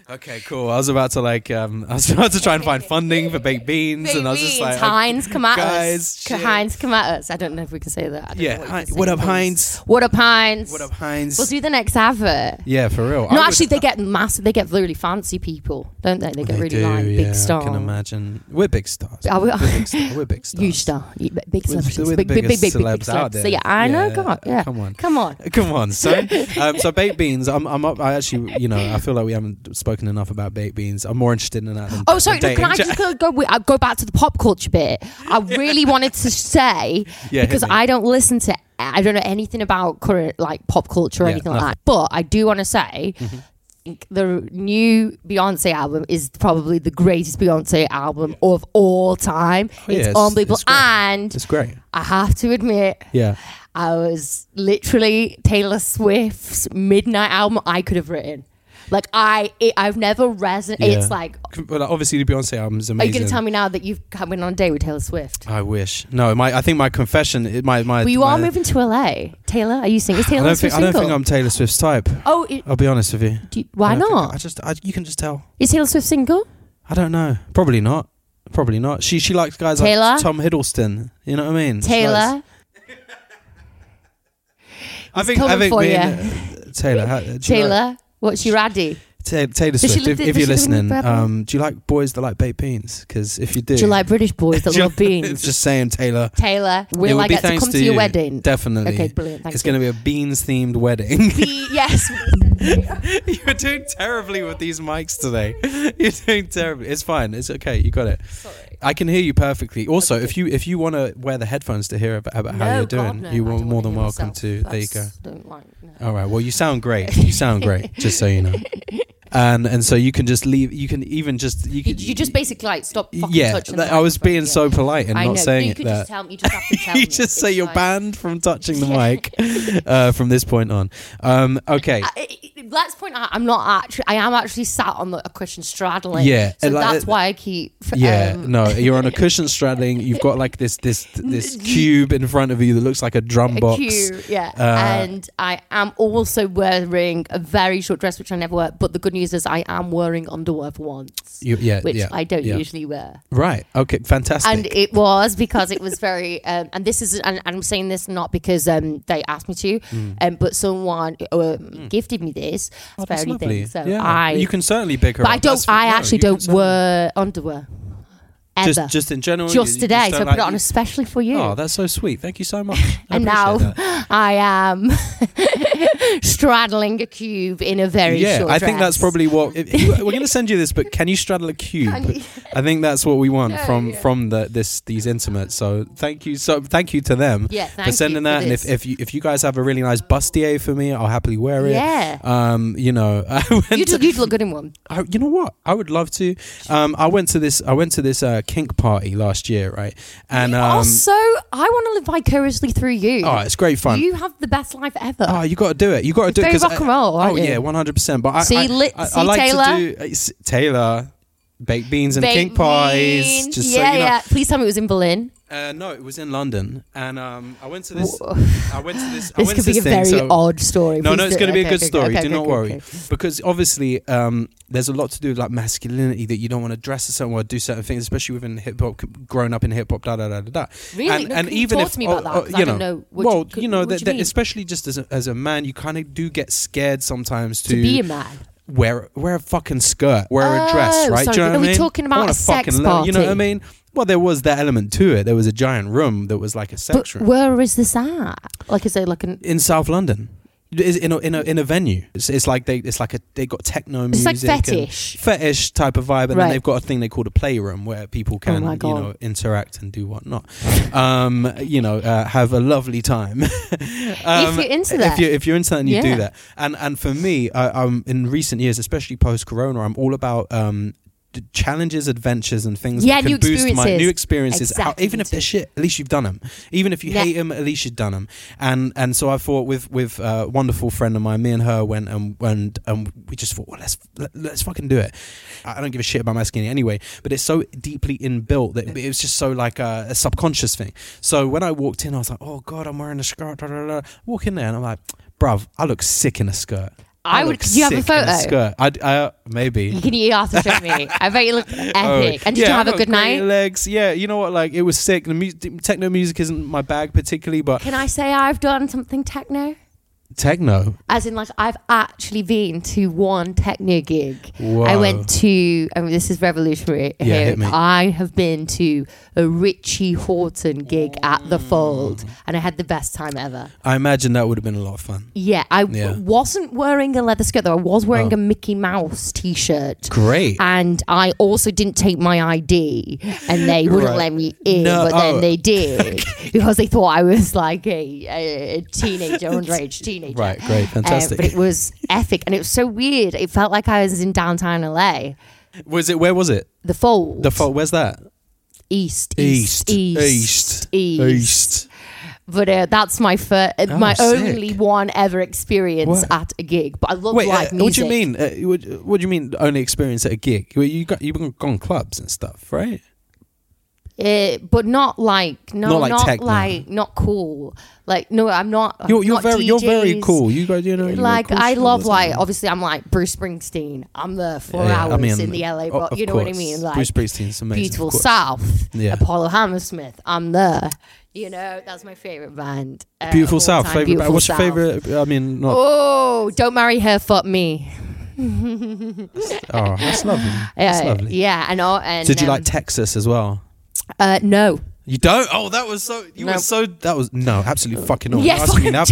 S3: Okay, cool. I was about to like, um, I was about to try and find funding for baked beans, and I was just like,
S4: Heinz, come at
S3: guys,
S4: us.
S3: shit.
S4: Heinz, come at us. I don't know if we can say that. I don't know
S3: Yeah,
S4: we
S3: Hein-
S4: can say,
S3: what up,
S4: please.
S3: Heinz?
S4: What up, Heinz?
S3: What up, Heinz?
S4: We'll do the next advert.
S3: yeah, for real.
S4: No,
S3: I would-
S4: actually, they get massive. They get really fancy people, don't they? They get
S3: They
S4: really
S3: do,
S4: like
S3: yeah,
S4: big stars.
S3: I can imagine. We're big stars.
S4: Are we-
S3: We're big stars. We're big stars.
S4: Huge star, You- b- big
S3: We're the-
S4: celebrities,
S3: we're the
S4: big, big, big,
S3: biggest
S4: big, big, big
S3: celebs out
S4: celebs.
S3: there.
S4: So yeah, I know.
S3: Yeah,
S4: Come on, yeah,
S3: come on.
S4: come on.
S3: Come on, son. um, so baked beans. I'm. I'm up, I actually, you know, I feel like we haven't spoken enough about baked beans. I'm more interested in that. Than
S4: Oh, sorry.
S3: the
S4: No, can I
S3: dating
S4: just
S3: chat.
S4: go go, wi- uh, go back to the pop culture bit? I really wanted to say
S3: Yeah, hit
S4: because
S3: me.
S4: I don't listen to I don't know anything about current like pop culture or
S3: Yeah, Mm-hmm.
S4: anything like that. But I do want to say. The new Beyonce album is probably the greatest Beyonce album of all time.
S3: Oh, yeah,
S4: it's,
S3: it's-
S4: unbelievable.
S3: it's great.
S4: and
S3: It's great.
S4: I have to admit,
S3: Yeah.
S4: I was literally Taylor Swift's Midnight album I could have written. Like I, it, I've never resonated. It's
S3: Yeah.
S4: like,
S3: Well, obviously the Beyonce album is
S4: are
S3: amazing.
S4: you going to tell me now that you've come in on a date with Taylor Swift?
S3: I wish. No, my. I think my confession. it- My my.
S4: Well, you are
S3: my-
S4: moving to LA. Taylor, are you single? Is
S3: I
S4: Taylor
S3: don't
S4: Swift
S3: think. I don't
S4: single?
S3: think I'm Taylor Swift's type.
S4: Oh, it,
S3: I'll be honest with you.
S4: do you- why
S3: I don't think-
S4: not?
S3: I just. I, you can just tell.
S4: Is Taylor Swift single?
S3: I don't know. Probably not. Probably not. She she likes guys
S4: Taylor?
S3: like Tom Hiddleston. You know what I mean? She likes-
S4: Taylor,
S3: I think
S4: coming
S3: I think
S4: for
S3: me
S4: ya.
S3: and, uh, Taylor. how- do you like-
S4: Taylor, what's your addy?
S3: Ta- Taylor
S4: she
S3: Swift. if, if
S4: live- does she
S3: you're
S4: live in
S3: listening,
S4: Brooklyn?
S3: um, do you like boys that like baked beans? Because if you do,
S4: Do you like British boys that
S3: do you-
S4: love beans?
S3: just saying, Taylor.
S4: Taylor,
S3: it
S4: will
S3: would
S4: I
S3: be
S4: get to
S3: thanks
S4: come to your
S3: you.
S4: wedding?
S3: Definitely.
S4: Okay, brilliant. Thank
S3: it's
S4: you.
S3: going to be a beans themed wedding.
S4: Be- yes.
S3: You're doing terribly with these mics today. You're doing terribly. It's fine. It's okay. You got it. Sorry. I can hear you perfectly. Also, if you if you want to wear the headphones to hear about, about how
S4: No,
S3: you're
S4: God,
S3: doing,
S4: no,
S3: you
S4: I
S3: are
S4: don't
S3: more
S4: wanna
S3: than
S4: hear
S3: welcome
S4: myself.
S3: to. There you go. Uh,
S4: That's- don't like- no.
S3: All right. Well, you sound great. You sound great. just so you know. And and so you can just leave. You can even just you
S4: You,
S3: can
S4: you just basically like stop fucking
S3: yeah.
S4: touching
S3: that-
S4: the
S3: I was
S4: microphone,
S3: being
S4: yeah.
S3: so polite and
S4: I
S3: not
S4: know.
S3: saying
S4: no, you
S3: it
S4: could
S3: that
S4: just tell me. You just have to tell me.
S3: you just say
S4: It's
S3: you're
S4: like-
S3: banned from touching the mic uh, from this point on. Um, okay.
S4: I- I- I- Let's point out, I'm not actually. I am actually sat on the, a cushion straddling.
S3: Yeah,
S4: so
S3: and like-
S4: that's why I keep.
S3: Yeah,
S4: um,
S3: no, you're on a cushion straddling. You've got like this this this cube in front of you that looks like a drum
S4: a
S3: box. Uh,
S4: queue, yeah, and I am also wearing a very short dress, which I never wear. But the good news is, I am wearing underwear for once,
S3: You- yeah,
S4: which
S3: yeah,
S4: I don't
S3: yeah.
S4: usually wear.
S3: Right. Okay. Fantastic.
S4: and it was because it was very um, and this is and, and i'm saying this not because um, they asked me to um, but someone um, gifted me this
S3: Mm. Oh,
S4: spare
S3: that's lovely.
S4: anything so
S3: yeah.
S4: i
S3: you can certainly pick her
S4: but
S3: up.
S4: i don't
S3: That's-
S4: i
S3: no,
S4: actually
S3: you can
S4: don't
S3: certainly-
S4: wear underwear ever
S3: Just just in general.
S4: Just
S3: you- you
S4: today so
S3: don't
S4: i
S3: like-
S4: put it on
S3: you-
S4: especially for you
S3: Oh, that's so sweet. Thank you so much. I
S4: and now
S3: appreciate that.
S4: I am straddling a cube in a very
S3: Yeah,
S4: short
S3: I think that's
S4: dress.
S3: probably what if, if- we're going to send you this. But can you straddle a cube? I think that's what we want from from the this these intimates. So thank you so thank you to them
S4: Yeah, thank
S3: for
S4: you
S3: sending
S4: for
S3: that. And if,
S4: this.
S3: if you if you guys have a really nice bustier for me, I'll happily wear it.
S4: Yeah.
S3: Um, you know, I went
S4: You'd,
S3: to-
S4: you'd look good in one.
S3: I, you know what? I would love to. Um, I went to this. I went to this uh, kink party last year, right? And um,
S4: also, I want to live vicariously through you.
S3: oh, it's great fun.
S4: You have the best life ever.
S3: Oh, you got to do it. You got to do
S4: very
S3: it. 'cause
S4: rock
S3: I-
S4: and roll, aren't
S3: oh
S4: you?
S3: yeah, one hundred percent. But I,
S4: See,
S3: I,
S4: lit-
S3: I, I
S4: see,
S3: like
S4: Taylor?
S3: to do uh, s- Taylor baked beans and kink pies.
S4: Beijing.
S3: Just
S4: yeah,
S3: so you know.
S4: yeah. Please tell me it was in Berlin.
S3: Uh, no, it was in London, and um, I went to this. I went to this. I
S4: This
S3: went
S4: could
S3: to
S4: be a
S3: this thing,
S4: very
S3: so-
S4: odd story.
S3: No,
S4: Please
S3: no, it's
S4: do-
S3: going to be a
S4: okay,
S3: good
S4: okay,
S3: story.
S4: okay,
S3: do
S4: okay,
S3: not
S4: okay,
S3: worry,
S4: okay.
S3: because obviously um, there's a lot to do with like masculinity that you don't want to dress a certain way, or do certain things, especially within hip hop, growing up in hip hop, da da da da da.
S4: Really? No, can you talk to me about that? 'Cause I
S3: oh, you
S4: don't
S3: know,
S4: know what you-
S3: well,
S4: could-
S3: you know,
S4: what
S3: that,
S4: you
S3: that
S4: mean?
S3: especially just as a, as a man, you kind of do get scared sometimes to,
S4: To be a man.
S3: wear wear a fucking skirt, wear a dress,
S4: Oh,
S3: right?
S4: sorry,
S3: do you know what
S4: but are
S3: I
S4: we
S3: mean?
S4: talking
S3: I
S4: about
S3: want
S4: a sex
S3: fucking learn- You know what I
S4: party?
S3: mean? Well, there was that element to it. There was a giant room that was like a sex
S4: But
S3: room
S4: where is this at? Like, is it like an?
S3: in South London. It's in a, in a in a venue. It's, it's like they it's like a they got techno
S4: It's
S3: music,
S4: like
S3: and
S4: fetish.
S3: fetish type of vibe, and then
S4: Right. Oh
S3: they've got a thing they call the playroom where people can
S4: my
S3: you
S4: God.
S3: know interact and do whatnot. um, you know, uh, have a lovely time. Um,
S4: you're into that.
S3: if you're if you're into that, and you do
S4: Yeah.
S3: that. And and for me, I, um, in recent years, especially post Corona, I'm all about um d- challenges, adventures, and things.
S4: Yeah,
S3: that can
S4: new
S3: boost my
S4: experiences.
S3: new experiences. out-
S4: Exactly.
S3: even if they're shit, at least you've done them. Even if you
S4: Yeah.
S3: hate them, at least you've done them. And and so I thought with with uh, a wonderful friend of mine, me and her went and and and we just thought, well, let's let, let's fucking do it. I I don't give a shit about my skinny anyway, but it's so deeply inbuilt that it was just so like a, a subconscious thing. So when I walked in, I was like, oh god, I'm wearing a skirt. Da, da, da. Walk in there, and I'm like, bruv, I look sick in a skirt.
S4: I
S3: look
S4: would- do you have a
S3: sick in
S4: photo?
S3: skirt. I, I maybe
S4: You can you have to show me. I bet you look epic. and
S3: Oh,
S4: did
S3: yeah,
S4: you
S3: I've
S4: have a
S3: got
S4: good
S3: great
S4: night?
S3: Legs, yeah. You know what? Like it was sick. The mu- techno music isn't my bag particularly, but
S4: Can I say I've done something techno?
S3: techno.
S4: As in, like, I've actually been to one techno gig. I
S3: Whoa.
S4: went to, I mean, this is revolutionary
S3: Yeah,
S4: here.
S3: hit me.
S4: I have been to a Richie Horton gig at the Fold,
S3: Mm.
S4: and I had the best time ever.
S3: I imagine that would have been a lot of fun.
S4: Yeah, I w-
S3: Yeah. Oh.
S4: wasn't wearing a leather skirt, though. I was wearing a Mickey Mouse t shirt.
S3: Great.
S4: And I also didn't take my ID, and they wouldn't
S3: Right.
S4: let me in.
S3: No,
S4: but then
S3: oh.
S4: they did because they thought I was like a, a, a teenager, underage teenager.
S3: Right, great,
S4: Uh,
S3: fantastic.
S4: but it was epic, and it was so weird. It felt like I was in downtown LA.
S3: Was it? Where was it?
S4: The fold,
S3: The fault. Where's that?
S4: east,
S3: East.
S4: east,
S3: East.
S4: east,
S3: East.
S4: But uh, that's my fir- uh,
S3: Oh,
S4: my
S3: sick.
S4: only one ever experience
S3: What?
S4: at a gig. But I love
S3: Wait,
S4: live
S3: uh,
S4: music.
S3: what do you mean? Uh, what, what do you mean? Only experience at a gig? Well, You got you've gone clubs and stuff, right?
S4: Uh, but not like no,
S3: Not
S4: not
S3: like
S4: like
S3: techno.
S4: not cool. Like no, I'm not.
S3: You're, you're
S4: not
S3: very you're very
S4: DJs.
S3: cool. You guys, you know, you're
S4: Like
S3: cool
S4: I
S3: shit all
S4: love
S3: the time.
S4: like obviously I'm like Bruce Springsteen. I'm there four
S3: Yeah, yeah.
S4: hours
S3: I mean,
S4: in the LA,
S3: o-
S4: but
S3: of
S4: you know what
S3: course.
S4: I mean. Like
S3: Bruce Springsteen's amazing, of
S4: Beautiful
S3: course.
S4: South.
S3: Yeah.
S4: Apollo Hammersmith. I'm there. You know that's my favorite band. uh,
S3: Beautiful
S4: of all
S3: South.
S4: time,
S3: favorite
S4: Beautiful
S3: band. What's
S4: South.
S3: your favorite? I mean, not.
S4: Oh, don't marry her. Fuck me.
S3: Oh, that's lovely. That's
S4: Uh,
S3: lovely.
S4: Yeah, and all, and
S3: Did you
S4: um,
S3: like Texas as well?
S4: uh, no.
S3: You don't? Oh, that was so. You were
S4: No. Uh,
S3: so. That was no, absolutely fucking awful.
S4: Yeah,
S3: You're asking me
S4: fucking
S3: now for-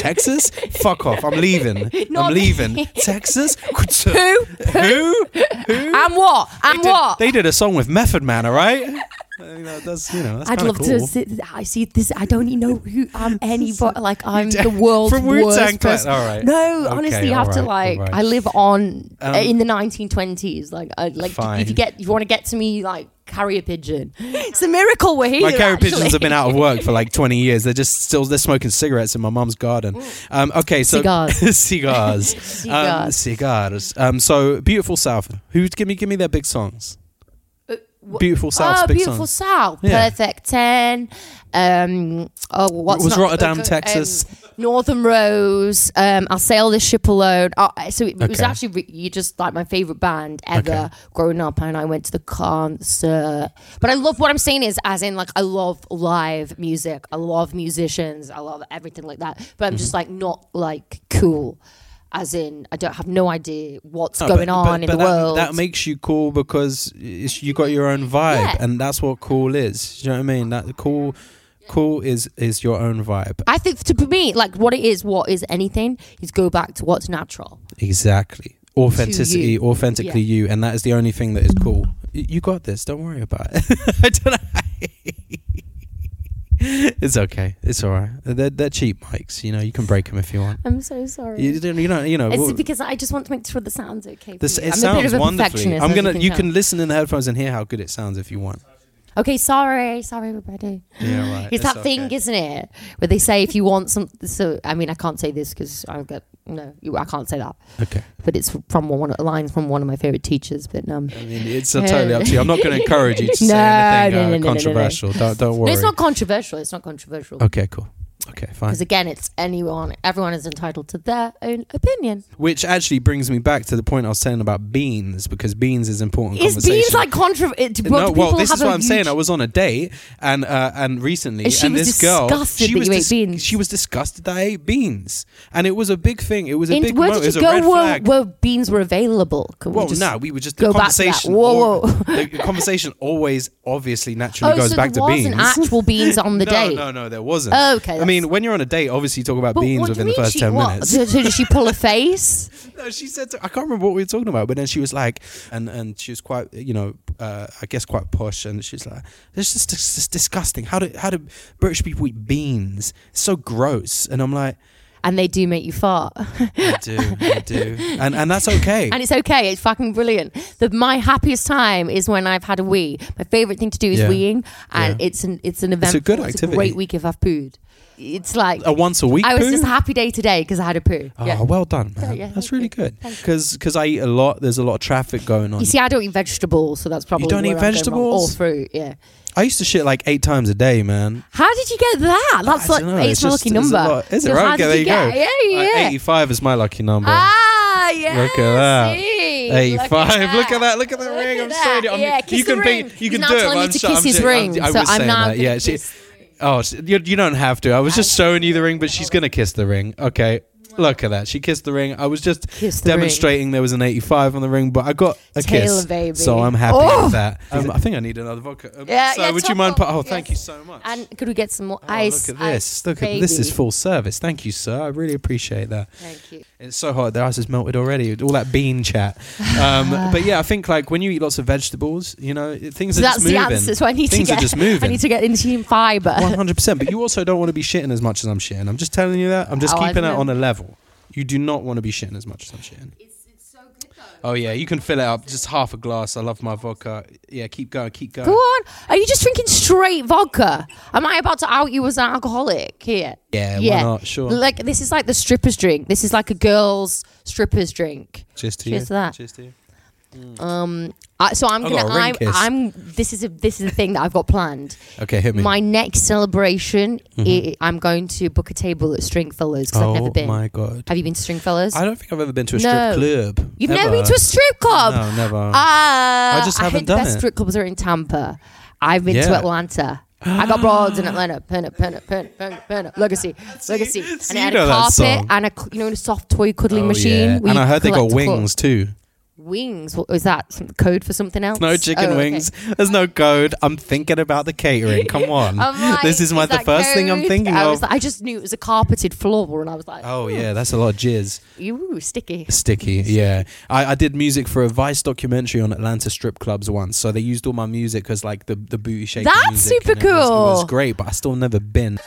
S3: Texas? Fuck off! I'm leaving. I'm
S4: Not me.
S3: leaving. Texas? Who?
S4: Who?
S3: Who?
S4: I'm what? I'm
S3: Did-
S4: what?
S3: They did a song with Method Man, all right? I mean, that- that's you know. That's
S4: I'd
S3: kinda
S4: love
S3: cool.
S4: to. Sit, I see this. I don't even know who I'm. Anybody like I'm the world's
S3: From Wu-Tang Clan,
S4: worst person.
S3: alright.
S4: No,
S3: Okay,
S4: honestly, I have to
S3: alright,
S4: like.
S3: alright.
S4: I live on
S3: Um,
S4: uh, in the 1920s. Like, I, like if
S3: Fine.
S4: you get, if you want to get to me, like carry a pigeon. It's a miracle we're here.
S3: My carrier
S4: actually.
S3: pigeons have been out of work for like 20 years. They're just still they're smoking cigarettes in my mom's garden. Um, okay, so
S4: Cigars.
S3: cigars, Um,
S4: Cigars.
S3: cigars. Um, so beautiful South. Who give me give me their big songs? beautiful South.
S4: Oh,
S3: big
S4: Uh, beautiful
S3: songs.
S4: South,
S3: Yeah.
S4: perfect ten. Um, oh, what's
S3: Was
S4: not-
S3: Rotterdam,
S4: um,
S3: Texas?
S4: Northern Rose. Um, I'll sail this ship alone. Oh, so it, it was
S3: Okay.
S4: actually re- you just like my favorite band ever
S3: Okay.
S4: growing up, and I went to the concert. But I love what I'm saying is, as in, like I love live music. I love musicians. I love everything like that. But I'm
S3: Mm-hmm.
S4: just like not like cool. As in, I don't have no idea what's
S3: No,
S4: going
S3: but-
S4: on
S3: but-
S4: in
S3: but
S4: the
S3: that,
S4: world.
S3: That makes you cool because it's, you got your own vibe,
S4: Yeah.
S3: and that's what cool is. Do you know what I mean? That cool, cool is is your own vibe.
S4: I think to for me, like what it is, what is anything, is go back to what's natural.
S3: Exactly. Authenticity,
S4: you.
S3: authentically
S4: Yeah.
S3: you, and that is the only thing that is cool. Y- You got this. Don't worry about it. I don't it's okay. It's all right. They're, they're cheap mics. You know, you can break them if you want.
S4: I'm so sorry.
S3: You don't. You know. You know.
S4: it's
S3: well,
S4: because I just want to make sure the sound's okay. For
S3: this,
S4: you.
S3: it
S4: I'm
S3: sounds
S4: a bit of a
S3: wonderfully.
S4: perfectionist.
S3: I'm
S4: as
S3: gonna. You
S4: tell.
S3: can listen in the headphones and hear how good it sounds if you want.
S4: Okay, sorry, sorry, everybody.
S3: Yeah, right.
S4: It's that thing, isn't it, where they say if you want some. So I mean, I can't say this because I've got no. You, I can't say that.
S3: Okay.
S4: But it's from one of, lines from one of my favorite teachers. But um,
S3: I mean, it's uh, totally up to you. I'm not going to encourage you to say
S4: No,
S3: anything
S4: no,
S3: uh,
S4: no, no, no, no.
S3: controversial. Don't, don't worry.
S4: no, it's not controversial. It's not controversial.
S3: okay, cool. Okay, fine.
S4: Because again, it's anyone. Everyone is entitled to their own opinion.
S3: Which actually brings me back to the point I was saying about beans, because beans is important.
S4: Is
S3: conversation.
S4: beans like controversial?
S3: no, well, this is what I'm saying. I was on a date, and uh, and recently,
S4: And she
S3: and
S4: was
S3: this girl,
S4: disgusted
S3: she
S4: that
S3: was
S4: you ate beans.
S3: She was disgusted that I ate beans, and it was a big thing. It was a
S4: In-
S3: big.
S4: where
S3: mo- it
S4: did
S3: was
S4: you
S3: a red
S4: go where,
S3: flag.
S4: where beans were available? Can
S3: Well,
S4: just
S3: no, we were just the
S4: go back to
S3: conversation.
S4: that. Whoa,
S3: al-
S4: whoa.
S3: the conversation always, obviously, naturally
S4: oh,
S3: goes
S4: so
S3: back
S4: there
S3: to
S4: wasn't
S3: beans.
S4: actual beans on the
S3: no,
S4: date.
S3: no, no, there wasn't.
S4: Oh, okay,
S3: I mean,
S4: that's-
S3: when you're on a date, obviously you talk about
S4: But
S3: beans
S4: what do
S3: within
S4: you
S3: the
S4: mean
S3: first
S4: she,
S3: ten
S4: what?
S3: minutes.
S4: So, so did she pull a face?
S3: No, she said to, I can't remember what we were talking about, but then she was like, and and she was quite, you know, uh, I guess quite posh, and she's like, "This is just disgusting. How do how do British people eat beans? It's so gross." And I'm like,
S4: and they do make you fart.
S3: I do, I do, and and that's okay.
S4: And it's okay. It's fucking brilliant. The, my happiest time is when I've had a wee. My favorite thing to do is
S3: Yeah.
S4: weeing, and
S3: Yeah.
S4: it's an it's an event.
S3: good
S4: it's
S3: activity.
S4: A great week if I've pooed. It's like
S3: a once a week.
S4: I was
S3: poo?
S4: just a happy day today because I had a poo.
S3: Oh,
S4: yeah.
S3: well done, man.
S4: yeah,
S3: that's
S4: thank
S3: really
S4: you.
S3: good.
S4: Thank you.
S3: Because I eat a lot. There's a lot of traffic going on.
S4: You see, I don't eat vegetables, so that's probably
S3: don't eat
S4: where I'm going wrong.
S3: vegetables?
S4: or fruit. Yeah.
S3: I used to shit like eight times a day, man.
S4: How did you get that? That's
S3: I
S4: like
S3: don't know,
S4: it's, my
S3: just-
S4: lucky
S3: it's a
S4: number.
S3: lot. Is it
S4: So
S3: right?
S4: how
S3: Okay,
S4: did
S3: there
S4: you
S3: you
S4: get?
S3: go.
S4: Yeah,
S3: Uh,
S4: yeah.
S3: 85 is my lucky number.
S4: Ah, yeah.
S3: Look at that.
S4: See?
S3: 85. Look at that. Look at that ring. I'm saying it. I'm,
S4: yeah, kiss
S3: you can
S4: the
S3: be.
S4: ring.
S3: You
S4: He's
S3: can
S4: now
S3: do it.
S4: telling
S3: but
S4: you
S3: I'm
S4: to
S3: so-
S4: kiss
S3: I'm
S4: his
S3: saying-
S4: ring.
S3: I, I
S4: so
S3: was
S4: I'm
S3: saying
S4: now
S3: that. Yeah.
S4: gonna
S3: she-
S4: kiss-
S3: oh, she- you, you don't have to. I was just showing you the ring, but she's gonna kiss the ring. Okay. Look at that. She kissed the ring. I was just
S4: Kiss the ring.
S3: demonstrating there was an 85 on the ring, but I got a
S4: Taylor,
S3: kiss.
S4: baby.
S3: So I'm happy
S4: Oh.
S3: with that. Um, I think I need another vodka. Um,
S4: Yeah,
S3: so
S4: yeah,
S3: would you
S4: top
S3: mind?
S4: up.
S3: put- oh, thank you
S4: Yes.
S3: so much.
S4: And could we get some more
S3: Oh,
S4: ice?
S3: look at
S4: ice,
S3: this. Look at this is
S4: baby?
S3: full service. Thank you, sir. I really appreciate that.
S4: Thank you.
S3: It's so hot. Their ice is melted already. All that bean chat. Um, but yeah, I think like when you eat lots of vegetables, you know, it- things
S4: So
S3: are
S4: that's
S3: just
S4: the
S3: moving.
S4: answer. So I need
S3: things
S4: to get.
S3: are just moving.
S4: I need to get into team fiber.
S3: One hundred percent. But you also don't want to be shitting as much as I'm shitting. I'm just telling you that. I'm just
S4: Oh, I
S3: keeping it
S4: know.
S3: on a level. You do not want to be shitting as much as I'm shitting. Oh yeah, you can fill it up. Just half a glass. I love my vodka. Yeah, keep going, keep going.
S4: Go on. Are you just drinking straight vodka? Am I about to out you as an alcoholic here?
S3: Yeah, why not? Sure.
S4: Like this is like the stripper's drink. This is like a girl's stripper's drink.
S3: Cheers to
S4: Cheers
S3: you.
S4: to that.
S3: Cheers to you.
S4: I, Uh, so I'm
S3: I've
S4: gonna.
S3: got a ring
S4: I'm,
S3: kiss.
S4: I'm. This is a. This is a thing that I've got planned.
S3: Okay, hit me. Mm-hmm.
S4: My next celebration, i I'm going to book a table at Stringfellows because I've never
S3: oh
S4: been.
S3: my god.
S4: Have you been to Stringfellows?
S3: I don't think I've ever been to a strip
S4: No.
S3: club.
S4: You've never
S3: ever.
S4: been to a strip club.
S3: No, never.
S4: Uh, I
S3: just haven't
S4: think the
S3: done
S4: best
S3: it.
S4: strip clubs are in Tampa. I've been to
S3: Yeah.
S4: Atlanta. I got broads in Atlanta. Pen up, pen up, pen up, pen up, pen up. Legacy, legacy.
S3: so
S4: and I
S3: you
S4: had
S3: know
S4: a
S3: that
S4: carpet
S3: song.
S4: and a cl- you know a soft toy cuddling
S3: Oh,
S4: machine.
S3: yeah.
S4: where
S3: And
S4: you
S3: I heard they got
S4: collect a foot.
S3: wings too.
S4: Wings? What, is that some code for something else?
S3: No chicken
S4: Oh, okay.
S3: wings. There's no code. I'm thinking about the catering. Come on.
S4: I'm like,
S3: this is my the
S4: that
S3: first thing I'm
S4: code?
S3: thinking
S4: I was
S3: of.
S4: like- I just knew it was a carpeted floor, and I was like,
S3: Oh yeah, that's a lot of jizz.
S4: you sticky.
S3: Sticky, yeah. I, I did music for a Vice documentary on Atlanta strip clubs once, so they used all my music as like the the booty shaking.
S4: That's
S3: music,
S4: super
S3: and it was- It was
S4: cool.
S3: great, but I still never been.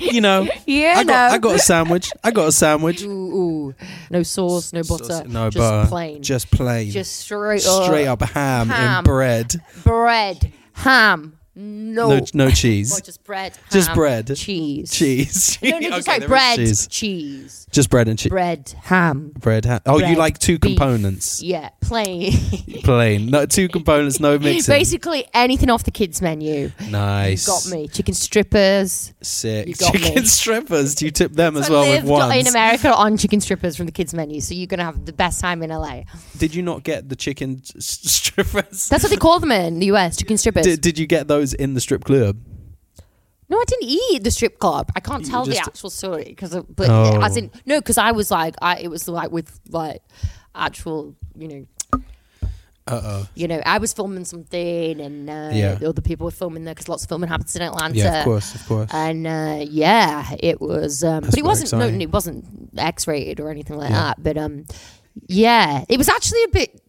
S3: You know,
S4: Yeah,
S3: I got
S4: no.
S3: I got a sandwich. I got a sandwich.
S4: Ooh, ooh. no sauce, no butter,
S3: no
S4: just
S3: butter,
S4: plain,
S3: Just plain.
S4: Just straight,
S3: straight up ham,
S4: Ham.
S3: and bread.
S4: bread, ham, no,
S3: No, no cheese.
S4: Or Oh. just bread, ham,
S3: Just bread.
S4: cheese,
S3: cheese.
S4: No, no, just
S3: Okay, there is
S4: like bread, cheese.
S3: cheese. Just bread and cheese.
S4: bread, ham.
S3: Bread. ha- oh, you
S4: bread,
S3: like two
S4: beef.
S3: components.
S4: Yeah, plain.
S3: Plain. No, two components, no mixing.
S4: Basically anything off the kids' menu.
S3: nice.
S4: Got me chicken strippers.
S3: Sick.
S4: You got me.
S3: Chicken strippers. Do you tip them as
S4: I
S3: well with
S4: lived in
S3: ones?
S4: America on chicken strippers from the kids' menu, so you're gonna have the best time in LA.
S3: Did you not get the chicken s- strippers?
S4: That's what they call them in the US, chicken strippers.
S3: Did, did you get those in the strip club?
S4: No, I didn't eat the strip club. I can't tell
S3: just-
S4: the actual story because, but
S3: Oh.
S4: as in no, because I was like, I it was like with like actual, you know. Uh oh. You know, I was filming something, and uh,
S3: Yeah.
S4: the other people were filming there because lots of filming happens in Atlanta.
S3: Yeah, of course, of course.
S4: And uh, yeah, it was, um, but it
S3: very
S4: wasn't. No,
S3: exciting.
S4: it wasn't X-rated or anything like that. But um, yeah, it was actually a bit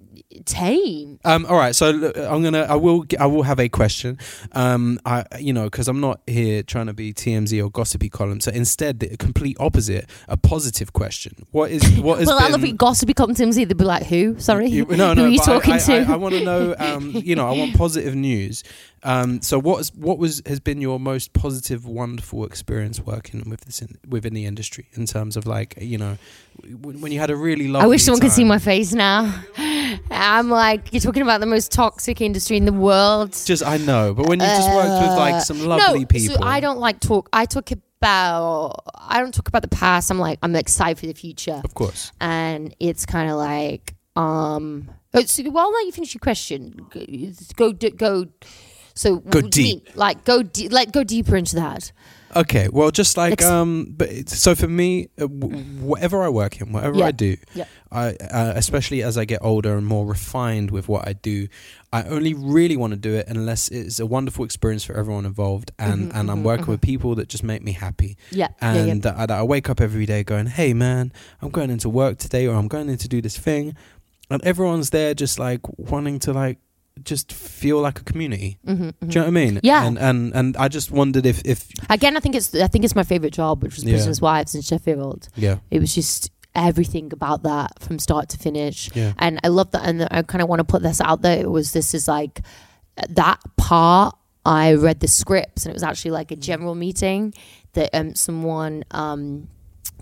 S4: tame.
S3: Um, all right, so look, I'm gonna, I will, g- I will have a question. Um, I, you know, because I'm not here trying to be TMZ or gossipy column. So instead, the complete opposite, a positive question. What is, what is?
S4: well, I love
S3: been,
S4: it. Gossipy comes They'd be like, "Who? Sorry,
S3: You- no,
S4: who
S3: no.
S4: are you
S3: but I-
S4: talking
S3: I,
S4: to?"
S3: I, want to know. Um, you know, I want positive news. Um, so what is what was has been your most positive, wonderful experience working with this in, within the industry in terms of like you know w- when you had a really lovely.
S4: I wish someone could see
S3: time?
S4: my face now. I'm like, you're talking about the most toxic industry in the world.
S3: Just I know, but when you just worked with like some lovely
S4: Uh, no,
S3: people.
S4: So I don't like talk. I talk about. I don't talk about the past. I'm like, I'm excited for the future,
S3: Of course.
S4: and it's kind of like, um. oh, So while like you finish your question, g- go d- go. So
S3: Go
S4: what do you
S3: deep.
S4: mean? like go de- like go deeper into that.
S3: Okay, well, just like
S4: Ex- Mm.
S3: um, but it's- so for me, uh, w- whatever I work in, whatever
S4: Yeah.
S3: I do,
S4: Yeah.
S3: I uh, especially as I get older and more refined with what I do, I only really want to do it unless it's a wonderful experience for everyone involved, and and I'm working with people that just make me happy.
S4: Yeah, Mm-hmm, yeah, yeah.
S3: and That, I, that I wake up every day going, hey man, I'm going into work today, or I'm going in to do this thing, and everyone's there just like wanting to like just feel like a community. Do you know what I mean?
S4: Mm-hmm, Yeah.
S3: And and and I just wondered if if
S4: Again, I think it's I think it's my favorite job, which was
S3: Yeah.
S4: Business Wives in Sheffield.
S3: yeah
S4: It was just everything about that from start to finish.
S3: Yeah.
S4: And I love that. And I kind of want to put this out there. It was this is like that part. I read the scripts, and it was actually like a
S3: Mm.
S4: general meeting that um, someone, um,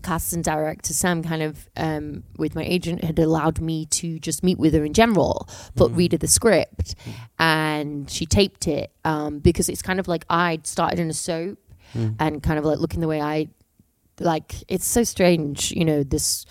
S4: casting director Sam, kind of um, with my agent, had allowed me to just meet with her in general, but
S3: Mm.
S4: read her the script, and she taped it um, because it's kind of like I'd started in a soap
S3: Mm.
S4: and kind of like looking the way I like it's so strange you know this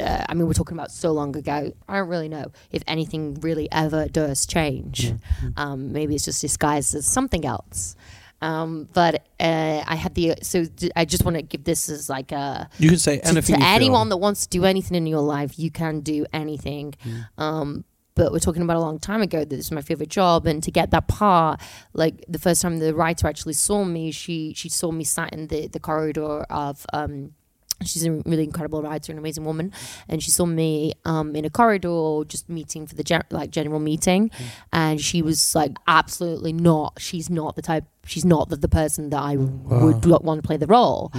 S4: uh, i mean we're talking about so long ago i don't really know if anything really ever does change um, maybe it's just disguised as something else um, but uh, i had the so d- i just want to give this as like a
S3: you can say
S4: to,
S3: anything
S4: to
S3: you feel.
S4: anyone that wants to do anything in your life you can do anything um, but we're talking about a long time ago that this is my favorite job and to get that part like the first time the writer actually saw me she she saw me sat in the, the corridor of um, she's a really incredible writer an amazing woman and she saw me um, in a corridor just meeting for the gen- like general meeting and she was like absolutely not she's not the type she's not the, the person that i would lo- want to play the role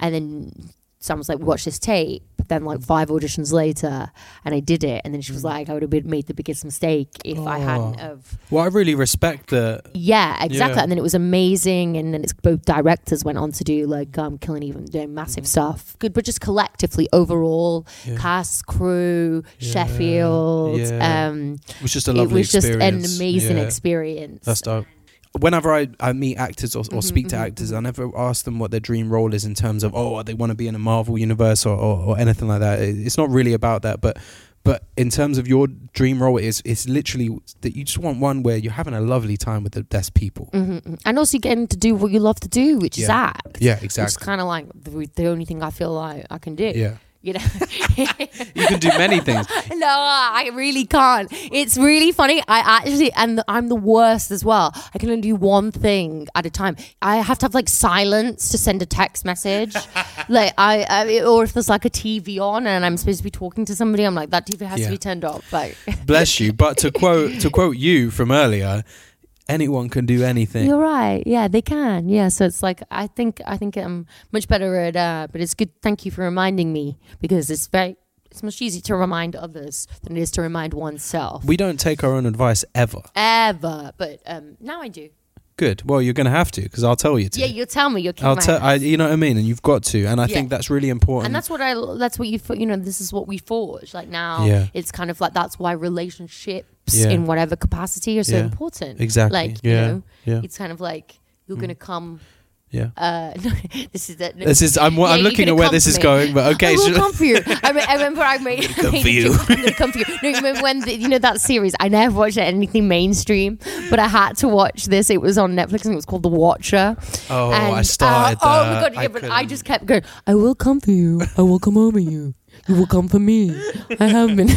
S4: and then Sam was like, watch this tape. But then, like, five auditions later, and I did it. And then she was like, I would have been- made the biggest mistake if I hadn't have.
S3: well, I really respect the
S4: Yeah, exactly.
S3: Yeah.
S4: And then it was amazing. And then it's both directors went on to do, like, um, Killing Even, doing
S3: Mm.
S4: massive stuff. Good, but just collectively, overall, cast, crew, Sheffield.
S3: Yeah.
S4: Um,
S3: it was just a
S4: it
S3: lovely
S4: was just
S3: experience.
S4: an amazing
S3: Yeah.
S4: experience.
S3: That's dope. Whenever I, I meet actors or, or
S4: Mm-hmm,
S3: speak to actors, I never ask them what their dream role is in terms of oh they want to be in a Marvel universe or, or, or anything like that. It- It's not really about that, but but in terms of your dream role, is it's literally that you just want one where you're having a lovely time with the best people.
S4: Mm. and also getting to do what you love to do, which is
S3: Yeah.
S4: act.
S3: Yeah,
S4: Which is
S3: exactly.
S4: kind of like the, the only thing I feel like I can do.
S3: Yeah,
S4: You know?
S3: you can do many things.
S4: no, I really can't. It's really funny. I actually, and I'm the worst as well. I can only do one thing at a time. I have to have like silence to send a text message, like I, I, or if there's like a TV on and I'm supposed to be talking to somebody, I'm like that TV has
S3: Yeah.
S4: to be turned off. Like
S3: Bless you. But to quote to quote you from earlier, anyone can do anything.
S4: you're right. Yeah, they can. Yeah, so it's like I think I think I'm much better at. Uh, but it's good. Thank you for reminding me because it's very. It's much easier to remind others than it is to remind oneself.
S3: We don't take our own advice ever.
S4: ever, but um, now I do.
S3: Good. Well, you're going to have to because I'll tell you to.
S4: Yeah, you'll tell me. You'll kick
S3: I'll
S4: my
S3: tell.
S4: ass.
S3: I, you know what I mean, and you've got to, and I
S4: Yeah.
S3: think that's really important.
S4: and that's what I. That's what you. fo- You know, this is what we forge. Like now,
S3: Yeah.
S4: it's kind of like that's why relationships
S3: Yeah.
S4: in whatever capacity are so
S3: Yeah.
S4: important.
S3: Exactly.
S4: Like
S3: Yeah.
S4: you know,
S3: Yeah. Mm.
S4: it's kind of like you're gonna come.
S3: yeah.
S4: Uh, this is that.
S3: This is. I'm. I'm looking at where this is going, but okay.
S4: I will
S3: so-
S4: come for you. I, re- I remember I made. I made
S3: for
S4: a
S3: you.
S4: joke, I'm gonna come for you. No, you remember when the, you know that series? I never watched anything mainstream, but I had to watch this. It was on Netflix and it was called The Watcher.
S3: oh,
S4: And,
S3: I started.
S4: uh, oh my
S3: that.
S4: god! Yeah, but I
S3: couldn't.
S4: just kept going. I will come for you. I will come over you. You will come for me. I have been.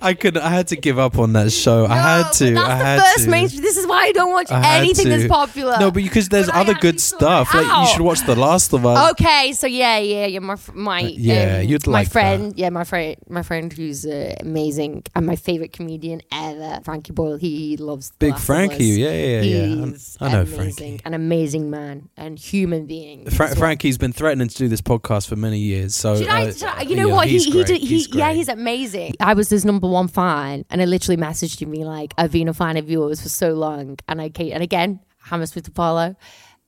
S3: I could. I had to give up on that show. I
S4: No,
S3: had
S4: but
S3: to.
S4: "Oh, That's
S3: I
S4: the
S3: had
S4: first
S3: to.
S4: mainstream. This is why I don't watch
S3: I had
S4: anything that's
S3: to.
S4: popular.
S3: No, but because there's
S4: But I
S3: other
S4: actually
S3: good
S4: saw
S3: stuff.
S4: it.
S3: Like you should
S4: Ow.
S3: watch The Last of Us.
S4: Okay, so yeah, yeah, yeah. My fr- my
S3: Uh, yeah,
S4: um,
S3: you'd
S4: my
S3: like that.
S4: friend. Yeah, my friend, my friend who's uh, amazing and my favorite comedian ever, Frankie Boyle. He loves The
S3: Big
S4: Last of
S3: Frankie.
S4: Us.
S3: Yeah, yeah, yeah. I-
S4: He's
S3: I know
S4: amazing,
S3: Frankie.
S4: an amazing man and human being.
S3: Fra-
S4: as well.
S3: Frankie's been threatening to do this podcast for many years. So
S4: Should I,
S3: uh,
S4: should I- you know
S3: yeah,
S4: what? He,
S3: he's
S4: he,
S3: great,
S4: did, he, yeah,
S3: great.
S4: he's amazing. I was his number one fan, and I literally messaged him being like, "I've been a fan of yours for so long," and I ca- and again, Hammersmith Apollo.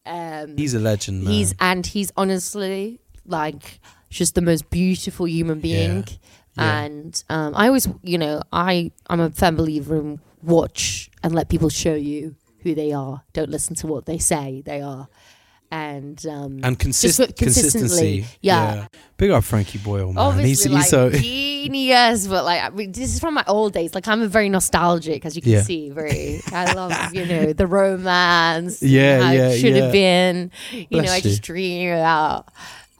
S4: Um,
S3: He's a legend, man.
S4: he's and he's honestly like just the most beautiful human being.
S3: Yeah.
S4: And um, I always, you know, I I'm a firm believer in watch and let people show you who they are. Don't listen to what they say they are. And um,
S3: and consist-
S4: just with-
S3: consistency.
S4: yeah.
S3: Big up Frankie Boyle, man.
S4: Obviously,
S3: he's, he's so
S4: like genius, but like I mean, this is from my old days. Like I'm a very nostalgic, as you can
S3: Yeah.
S4: see. Very, I love you know the romance.
S3: Yeah,
S4: how
S3: yeah,
S4: it should
S3: yeah.
S4: have been. You know,
S3: Bless
S4: I just
S3: you.
S4: dream about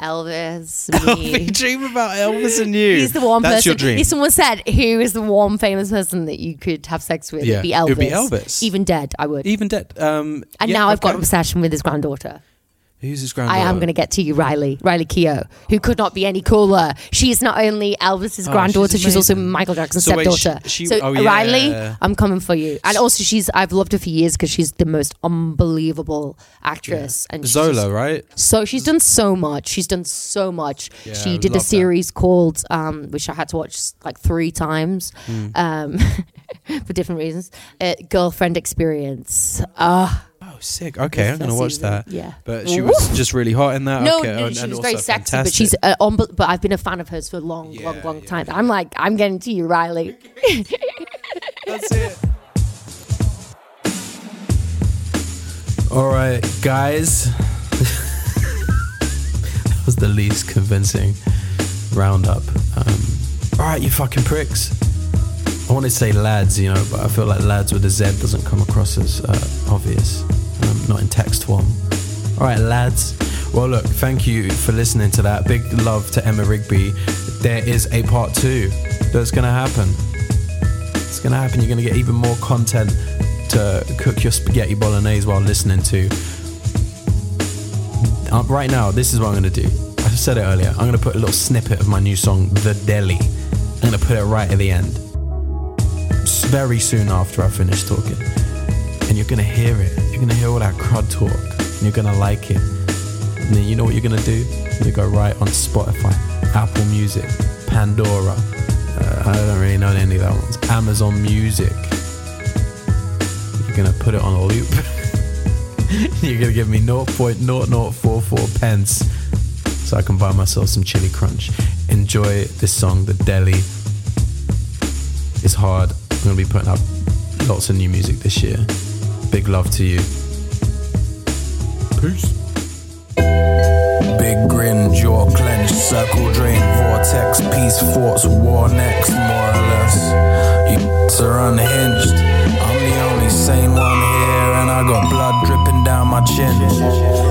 S4: Elvis.
S3: We
S4: Me.
S3: dream about Elvis and you.
S4: He's the one
S3: That's
S4: person.
S3: your dream.
S4: If someone said, "Who is the one famous person that you could have sex with?"
S3: Yeah,
S4: it'd be
S3: it
S4: Elvis.
S3: would be Elvis.
S4: Even dead, I would.
S3: Even dead. Um,
S4: and
S3: yeah,
S4: now I've got an
S3: okay.
S4: obsession with his granddaughter.
S7: Who's his granddaughter?
S4: I am going to get to you, Riley, Riley Keough, who could not be any cooler. She's not only Elvis's
S7: Oh,
S4: granddaughter,
S7: she's
S4: she's, also
S7: amazing.
S4: Michael Jackson's
S7: So wait, she-
S4: stepdaughter.
S7: she-
S4: so
S7: oh, yeah.
S4: Riley, I'm coming for you. And also, she's I've loved her for years because she's the most unbelievable actress. And she's
S7: Zola, right?
S4: so she's done so much. She's done so much.
S7: Yeah,
S4: she did a
S7: love that.
S4: series called, um, which I had to watch like three times
S7: Hmm.
S4: um, for different reasons. Uh, Girlfriend Experience. Uh,
S7: Oh, sick. Okay, I'm going to watch
S4: season,
S7: that.
S4: yeah.
S7: But she was just really hot in that.
S4: no,
S7: okay.
S4: no,
S7: and-
S4: she
S7: and
S4: was
S7: also
S4: very sexy, but
S7: fantastic.
S4: she's uh, on, but I've been a fan of hers for a long, long,
S7: Yeah,
S4: long
S7: yeah.
S4: time. I'm like, I'm getting to you, Riley.
S7: That's it.
S3: All right, guys. that was the least convincing roundup. Um, all right, you fucking pricks. I want to say lads, you know, but I feel like lads with a Z doesn't come across as uh, obvious, um, not in text form. All right, lads. Well, look, thank you for listening to that. Big love to Emma Rigby. There is a part two that's going to happen. It's going to happen. You're going to get even more content to cook your spaghetti bolognese while listening to. Uh, right now, this is what I'm going to do. I said it earlier. I'm going to put a little snippet of my new song, The Deli. I'm going to put it right at the end. S- Very soon after I finish talking. And you're going to hear it. You're going to hear all that crud talk. And you're going to like it. And then you know what you're going to do? You go right on Spotify, Apple Music, Pandora. Uh, I don't really know any of that ones. Amazon Music. You're going to put it on a loop. you're going to give me 0.0044 pence so I can buy myself some chili crunch. Enjoy this song, The Deli. It's hard. I'm going to be putting up lots of new music this year. Big love to you. Peace. Big grin, jaw clenched, circle drain, vortex, peace, force, war next, more or less. You are unhinged. I'm the only sane one here, and I got blood dripping down my chin.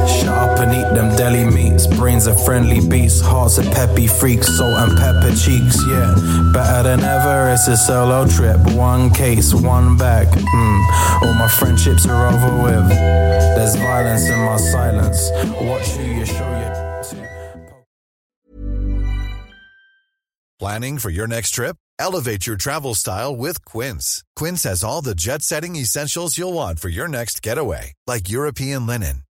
S3: Shut up and eat them deli meats. Brains are friendly beasts, hearts are peppy freaks, salt and pepper cheeks, yeah. Better than ever, it's a solo trip. One case, one back. Mm. All my friendships are over with. There's violence in my silence. Watch who you show your.
S8: Planning for your next trip? Elevate your travel style with Quince. Quince has all the jet setting essentials you'll want for your next getaway, like European linen,